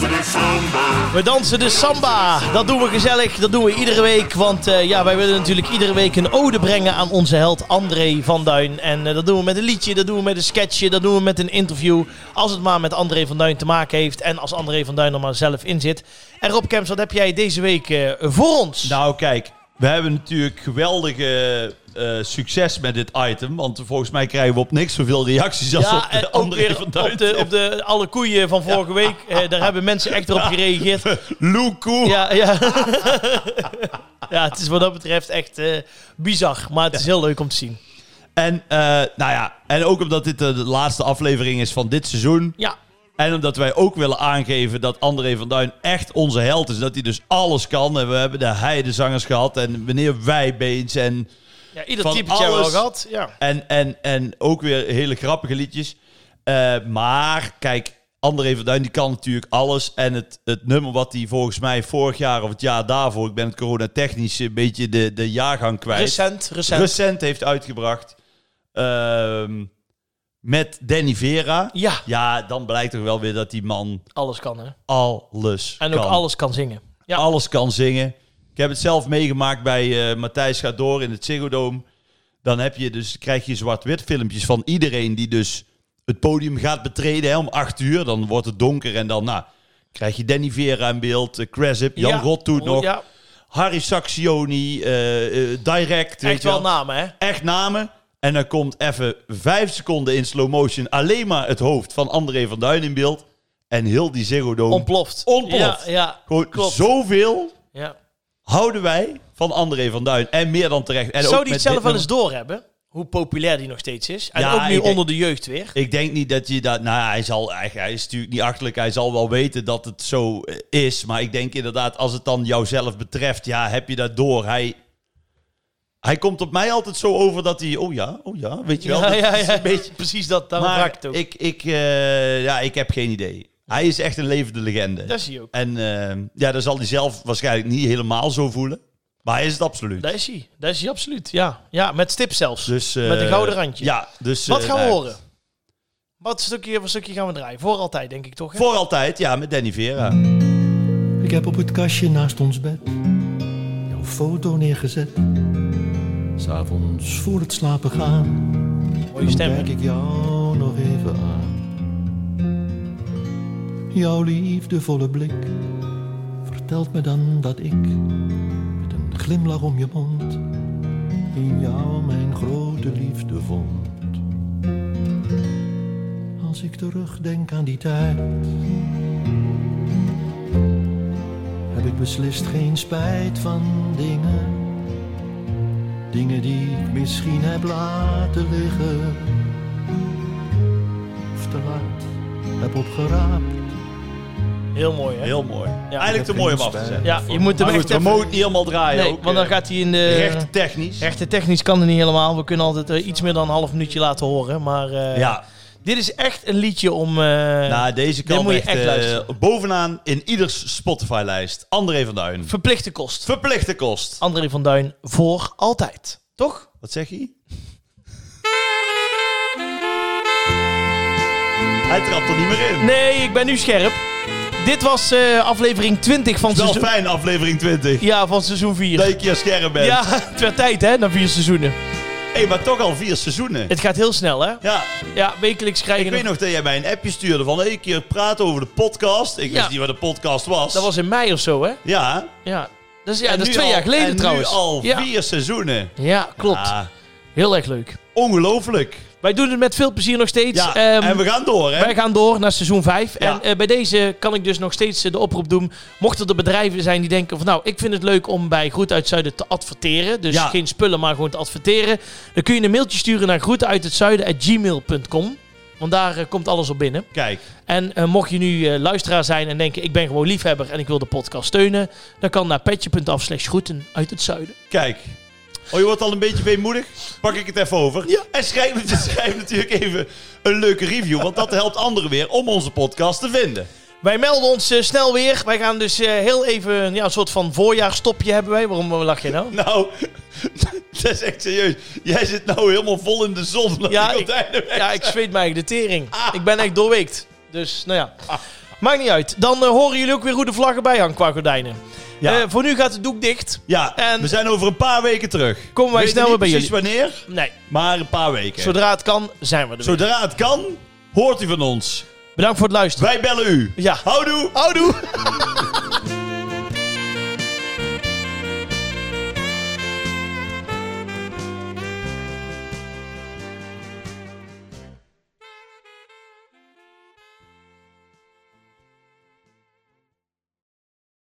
Speaker 1: dansen de samba. Dat doen we gezellig. Dat doen we iedere week. Want eh, ja, wij willen natuurlijk iedere week een ode brengen aan onze held André van Duin. En eh, dat doen we met een liedje, dat doen we met een sketchje, dat doen we met een interview. Als het maar met André van Duin te maken heeft. En als André van Duin er maar zelf in zit. En Rob Kemps, wat heb jij deze week eh, voor ons?
Speaker 2: Nou, kijk, we hebben natuurlijk geweldige eh, succes met dit item. Want volgens mij krijgen we op niks zoveel reacties als op
Speaker 1: ja,
Speaker 2: de
Speaker 1: en ook
Speaker 2: andere
Speaker 1: weer
Speaker 2: van
Speaker 1: op
Speaker 2: Duin.
Speaker 1: de, op de alle koeien van vorige week. Eh, daar hebben mensen echt op gereageerd.
Speaker 2: Loekoe.
Speaker 1: Ja, ja. ja, het is wat dat betreft echt eh, bizar. Maar het is heel leuk om te zien.
Speaker 2: En, eh, nou ja, en ook omdat dit eh, de laatste aflevering is van dit seizoen.
Speaker 1: Ja,
Speaker 2: En omdat wij ook willen aangeven dat André van Duin echt onze held is. Dat hij dus alles kan. En we hebben de heidezangers gehad. En meneer Wijbeens. En,
Speaker 1: ja ieder
Speaker 2: Van
Speaker 1: typetje hebben we al
Speaker 2: alles-
Speaker 1: gehad. Ja.
Speaker 2: en, en, en ook weer hele grappige liedjes. Eh, maar kijk, André van Duin die kan natuurlijk alles. En het, het nummer wat hij volgens mij vorig jaar of het jaar daarvoor... Ik ben het coronatechnisch een beetje de, de jaargang kwijt.
Speaker 1: Recent, recent.
Speaker 2: Recent heeft uitgebracht. Ehm, met Danny Vera.
Speaker 1: ja,
Speaker 2: Ja, dan blijkt toch wel weer dat die man
Speaker 1: alles kan hè.
Speaker 2: alles
Speaker 1: En ook
Speaker 2: kan.
Speaker 1: alles kan zingen. Ja.
Speaker 2: Alles kan zingen. Ik heb het zelf meegemaakt bij eh, Matthijs gaat door in het Ziggo Dome. Dan heb je dus, krijg je zwart-wit filmpjes van iedereen die dus het podium gaat betreden hè, om acht uur. Dan wordt het donker en dan nou, krijg je Danny Vera in beeld, eh, Krasip, Jan
Speaker 1: ja.
Speaker 2: Rot doet
Speaker 1: Oh,
Speaker 2: nog,
Speaker 1: Ja.
Speaker 2: Harry Saxioni, eh, eh, Direct. weet
Speaker 1: Echt
Speaker 2: je
Speaker 1: wel namen hè.
Speaker 2: echt namen. En dan komt even vijf seconden in slow motion alleen maar het hoofd van André van Duin in beeld. En heel die Ziggo Dome.
Speaker 1: Ontploft.
Speaker 2: Ontploft.
Speaker 1: Ja, ja.
Speaker 2: Gewoon
Speaker 1: klopt.
Speaker 2: zoveel
Speaker 1: ja.
Speaker 2: houden wij van André van Duin. En meer dan terecht. En
Speaker 1: Zou
Speaker 2: ook
Speaker 1: die
Speaker 2: met
Speaker 1: het zelf
Speaker 2: dit
Speaker 1: wel eens doorhebben? Hoe populair die nog steeds is. En
Speaker 2: Ja,
Speaker 1: ook nu
Speaker 2: ik denk-
Speaker 1: onder de jeugd weer.
Speaker 2: nummer. Ik denk niet dat je dat... Nou, hij, zal, hij, hij is natuurlijk niet achterlijk. Hij zal wel weten dat het zo eh, is. Maar ik denk inderdaad, als het dan jouzelf betreft... Ja, heb je dat door. Hij... Hij komt op mij altijd zo over dat hij... Oh ja, oh ja, weet je wel.
Speaker 1: ja,
Speaker 2: dat
Speaker 1: ja,
Speaker 2: is
Speaker 1: ja.
Speaker 2: een beetje
Speaker 1: Precies dat. Daarom
Speaker 2: Maar
Speaker 1: raakt het ook.
Speaker 2: ik, ik, eh, ja, ik heb geen idee. Hij is echt een levende legende.
Speaker 1: Dat zie je ook.
Speaker 2: En eh, ja, dat zal hij zelf waarschijnlijk niet helemaal zo voelen. Maar hij is het absoluut.
Speaker 1: Dat is hij. Dat is hij absoluut. Ja, ja met stip zelfs.
Speaker 2: Dus, eh,
Speaker 1: Met een gouden randje.
Speaker 2: Ja, dus,
Speaker 1: Wat
Speaker 2: eh,
Speaker 1: gaan we
Speaker 2: nou,
Speaker 1: horen? Wat stukje voor stukje gaan we draaien? Voor altijd, denk ik toch? hè?
Speaker 2: Voor altijd, ja, met Danny Vera.
Speaker 5: Ik heb op het kastje naast ons bed jouw foto neergezet. S'avonds voor het slapen gaan,
Speaker 1: Mooie
Speaker 5: dan
Speaker 1: stem. hè?
Speaker 5: kijk ik jou nog even aan. jouw liefdevolle blik vertelt me dan dat ik met een glimlach om je mond in jou mijn grote liefde vond. Als ik terugdenk aan die tijd, heb ik beslist geen spijt van dingen, dingen die ik misschien heb laten liggen of te laat heb opgeraapt.
Speaker 1: Heel mooi, hè?
Speaker 2: Heel mooi.
Speaker 1: dat
Speaker 2: Eigenlijk te mooi om af te
Speaker 5: ging
Speaker 2: zetten.
Speaker 1: ja, je moet hem
Speaker 2: Maar
Speaker 1: echt
Speaker 2: goed, we
Speaker 1: even-
Speaker 2: mogen het niet helemaal draaien.
Speaker 1: Nee,
Speaker 2: ook,
Speaker 1: want dan
Speaker 2: eh,
Speaker 1: gaat hij in de...
Speaker 2: recht technisch.
Speaker 1: Rechte technisch kan het niet helemaal. We kunnen altijd eh, iets meer dan een half minuutje laten horen. Maar eh,
Speaker 2: Ja,
Speaker 1: dit is echt een liedje om... eh,
Speaker 2: nou, deze
Speaker 1: dit
Speaker 2: kan
Speaker 1: moet je
Speaker 2: echt,
Speaker 1: echt
Speaker 2: eh,
Speaker 1: luisteren.
Speaker 2: bovenaan in ieders Spotify-lijst. André van Duin.
Speaker 1: Verplichte kost.
Speaker 2: Verplichte kost.
Speaker 1: André van Duin voor altijd. Toch?
Speaker 2: Wat zeg je? Hij trapt er niet meer in.
Speaker 1: Nee, ik ben nu scherp. Dit was eh, aflevering 20 van
Speaker 2: Het is wel
Speaker 1: seizoen...
Speaker 2: fijn, eh, aflevering 20.
Speaker 1: Ja, van seizoen 4.
Speaker 2: Dat je een keer scherp bent.
Speaker 1: ja, het werd tijd hè, na vier seizoenen.
Speaker 2: Hey, maar toch al vier seizoenen.
Speaker 1: Het gaat heel snel hè.
Speaker 2: Ja,
Speaker 1: Ja, wekelijks krijgen
Speaker 2: ik weet nog dat jij mij een appje stuurde van... Hey, een keer praten over de podcast. Ik
Speaker 1: Ja.
Speaker 2: wist niet wat de podcast was.
Speaker 1: Dat was in mei of zo hè.
Speaker 2: Ja.
Speaker 1: Ja, dat is, ja,
Speaker 2: En
Speaker 1: dat is
Speaker 2: nu
Speaker 1: twee
Speaker 2: al-
Speaker 1: jaar geleden
Speaker 2: en
Speaker 1: trouwens.
Speaker 2: nu al
Speaker 1: ja.
Speaker 2: vier seizoenen.
Speaker 1: ja, klopt.
Speaker 2: Ja,
Speaker 1: Heel erg leuk.
Speaker 2: ongelooflijk.
Speaker 1: Wij doen het met veel plezier nog steeds.
Speaker 2: Ja,
Speaker 1: Ehm,
Speaker 2: en we gaan door, hè?
Speaker 1: Wij gaan door naar seizoen 5.
Speaker 2: Ja.
Speaker 1: En eh, bij deze kan ik dus nog steeds eh, de oproep doen. Mochten er bedrijven zijn die denken van nou, ik vind het leuk om bij Groet uit Zuiden te adverteren. Dus
Speaker 2: Ja.
Speaker 1: geen spullen, maar gewoon te adverteren. Dan kun je een mailtje sturen naar groetuithetzuiden.gmail.com. Want daar eh, komt alles op binnen.
Speaker 2: Kijk,
Speaker 1: En eh, mocht je nu eh, luisteraar zijn en denken ik ben gewoon liefhebber en ik wil de podcast steunen. Dan kan naar petje.af slash groeten uit het zuiden.
Speaker 2: kijk. Oh, je wordt al een beetje weemoedig? Pak ik het even over.
Speaker 1: Ja.
Speaker 2: En schrijf, nat- schrijf natuurlijk even een leuke review, want dat helpt anderen weer om onze podcast te vinden.
Speaker 1: Wij melden ons eh, snel weer. Wij gaan dus eh, heel even ja, een soort van voorjaarstopje hebben wij. Waarom eh, lach je nou?
Speaker 2: Nou, dat is echt serieus. Jij zit nou helemaal vol in de zon. dat
Speaker 1: Ja,
Speaker 2: ik op
Speaker 1: ik-
Speaker 2: het einde ben.
Speaker 1: Ja, ik zweet mij de tering.
Speaker 2: Ah.
Speaker 1: Ik ben echt doorweekt. Dus, nou ja. Maakt niet uit. Dan eh, horen jullie ook weer hoe de vlaggen bij hangen qua gordijnen.
Speaker 2: Ja.
Speaker 1: Eh, voor nu gaat het doek dicht.
Speaker 2: Ja,
Speaker 1: En-
Speaker 2: we zijn over een paar weken terug.
Speaker 1: Komen wij
Speaker 2: Weten
Speaker 1: snel
Speaker 2: niet
Speaker 1: weer bij
Speaker 2: precies wanneer,
Speaker 1: Nee,
Speaker 2: maar een paar weken. Zodra,
Speaker 1: zodra het kan, zijn we er weer.
Speaker 2: het kan, hoort u van ons.
Speaker 1: Bedankt voor het luisteren.
Speaker 2: Wij bellen u.
Speaker 1: Ja.
Speaker 2: Houdoe.
Speaker 1: Houdoe!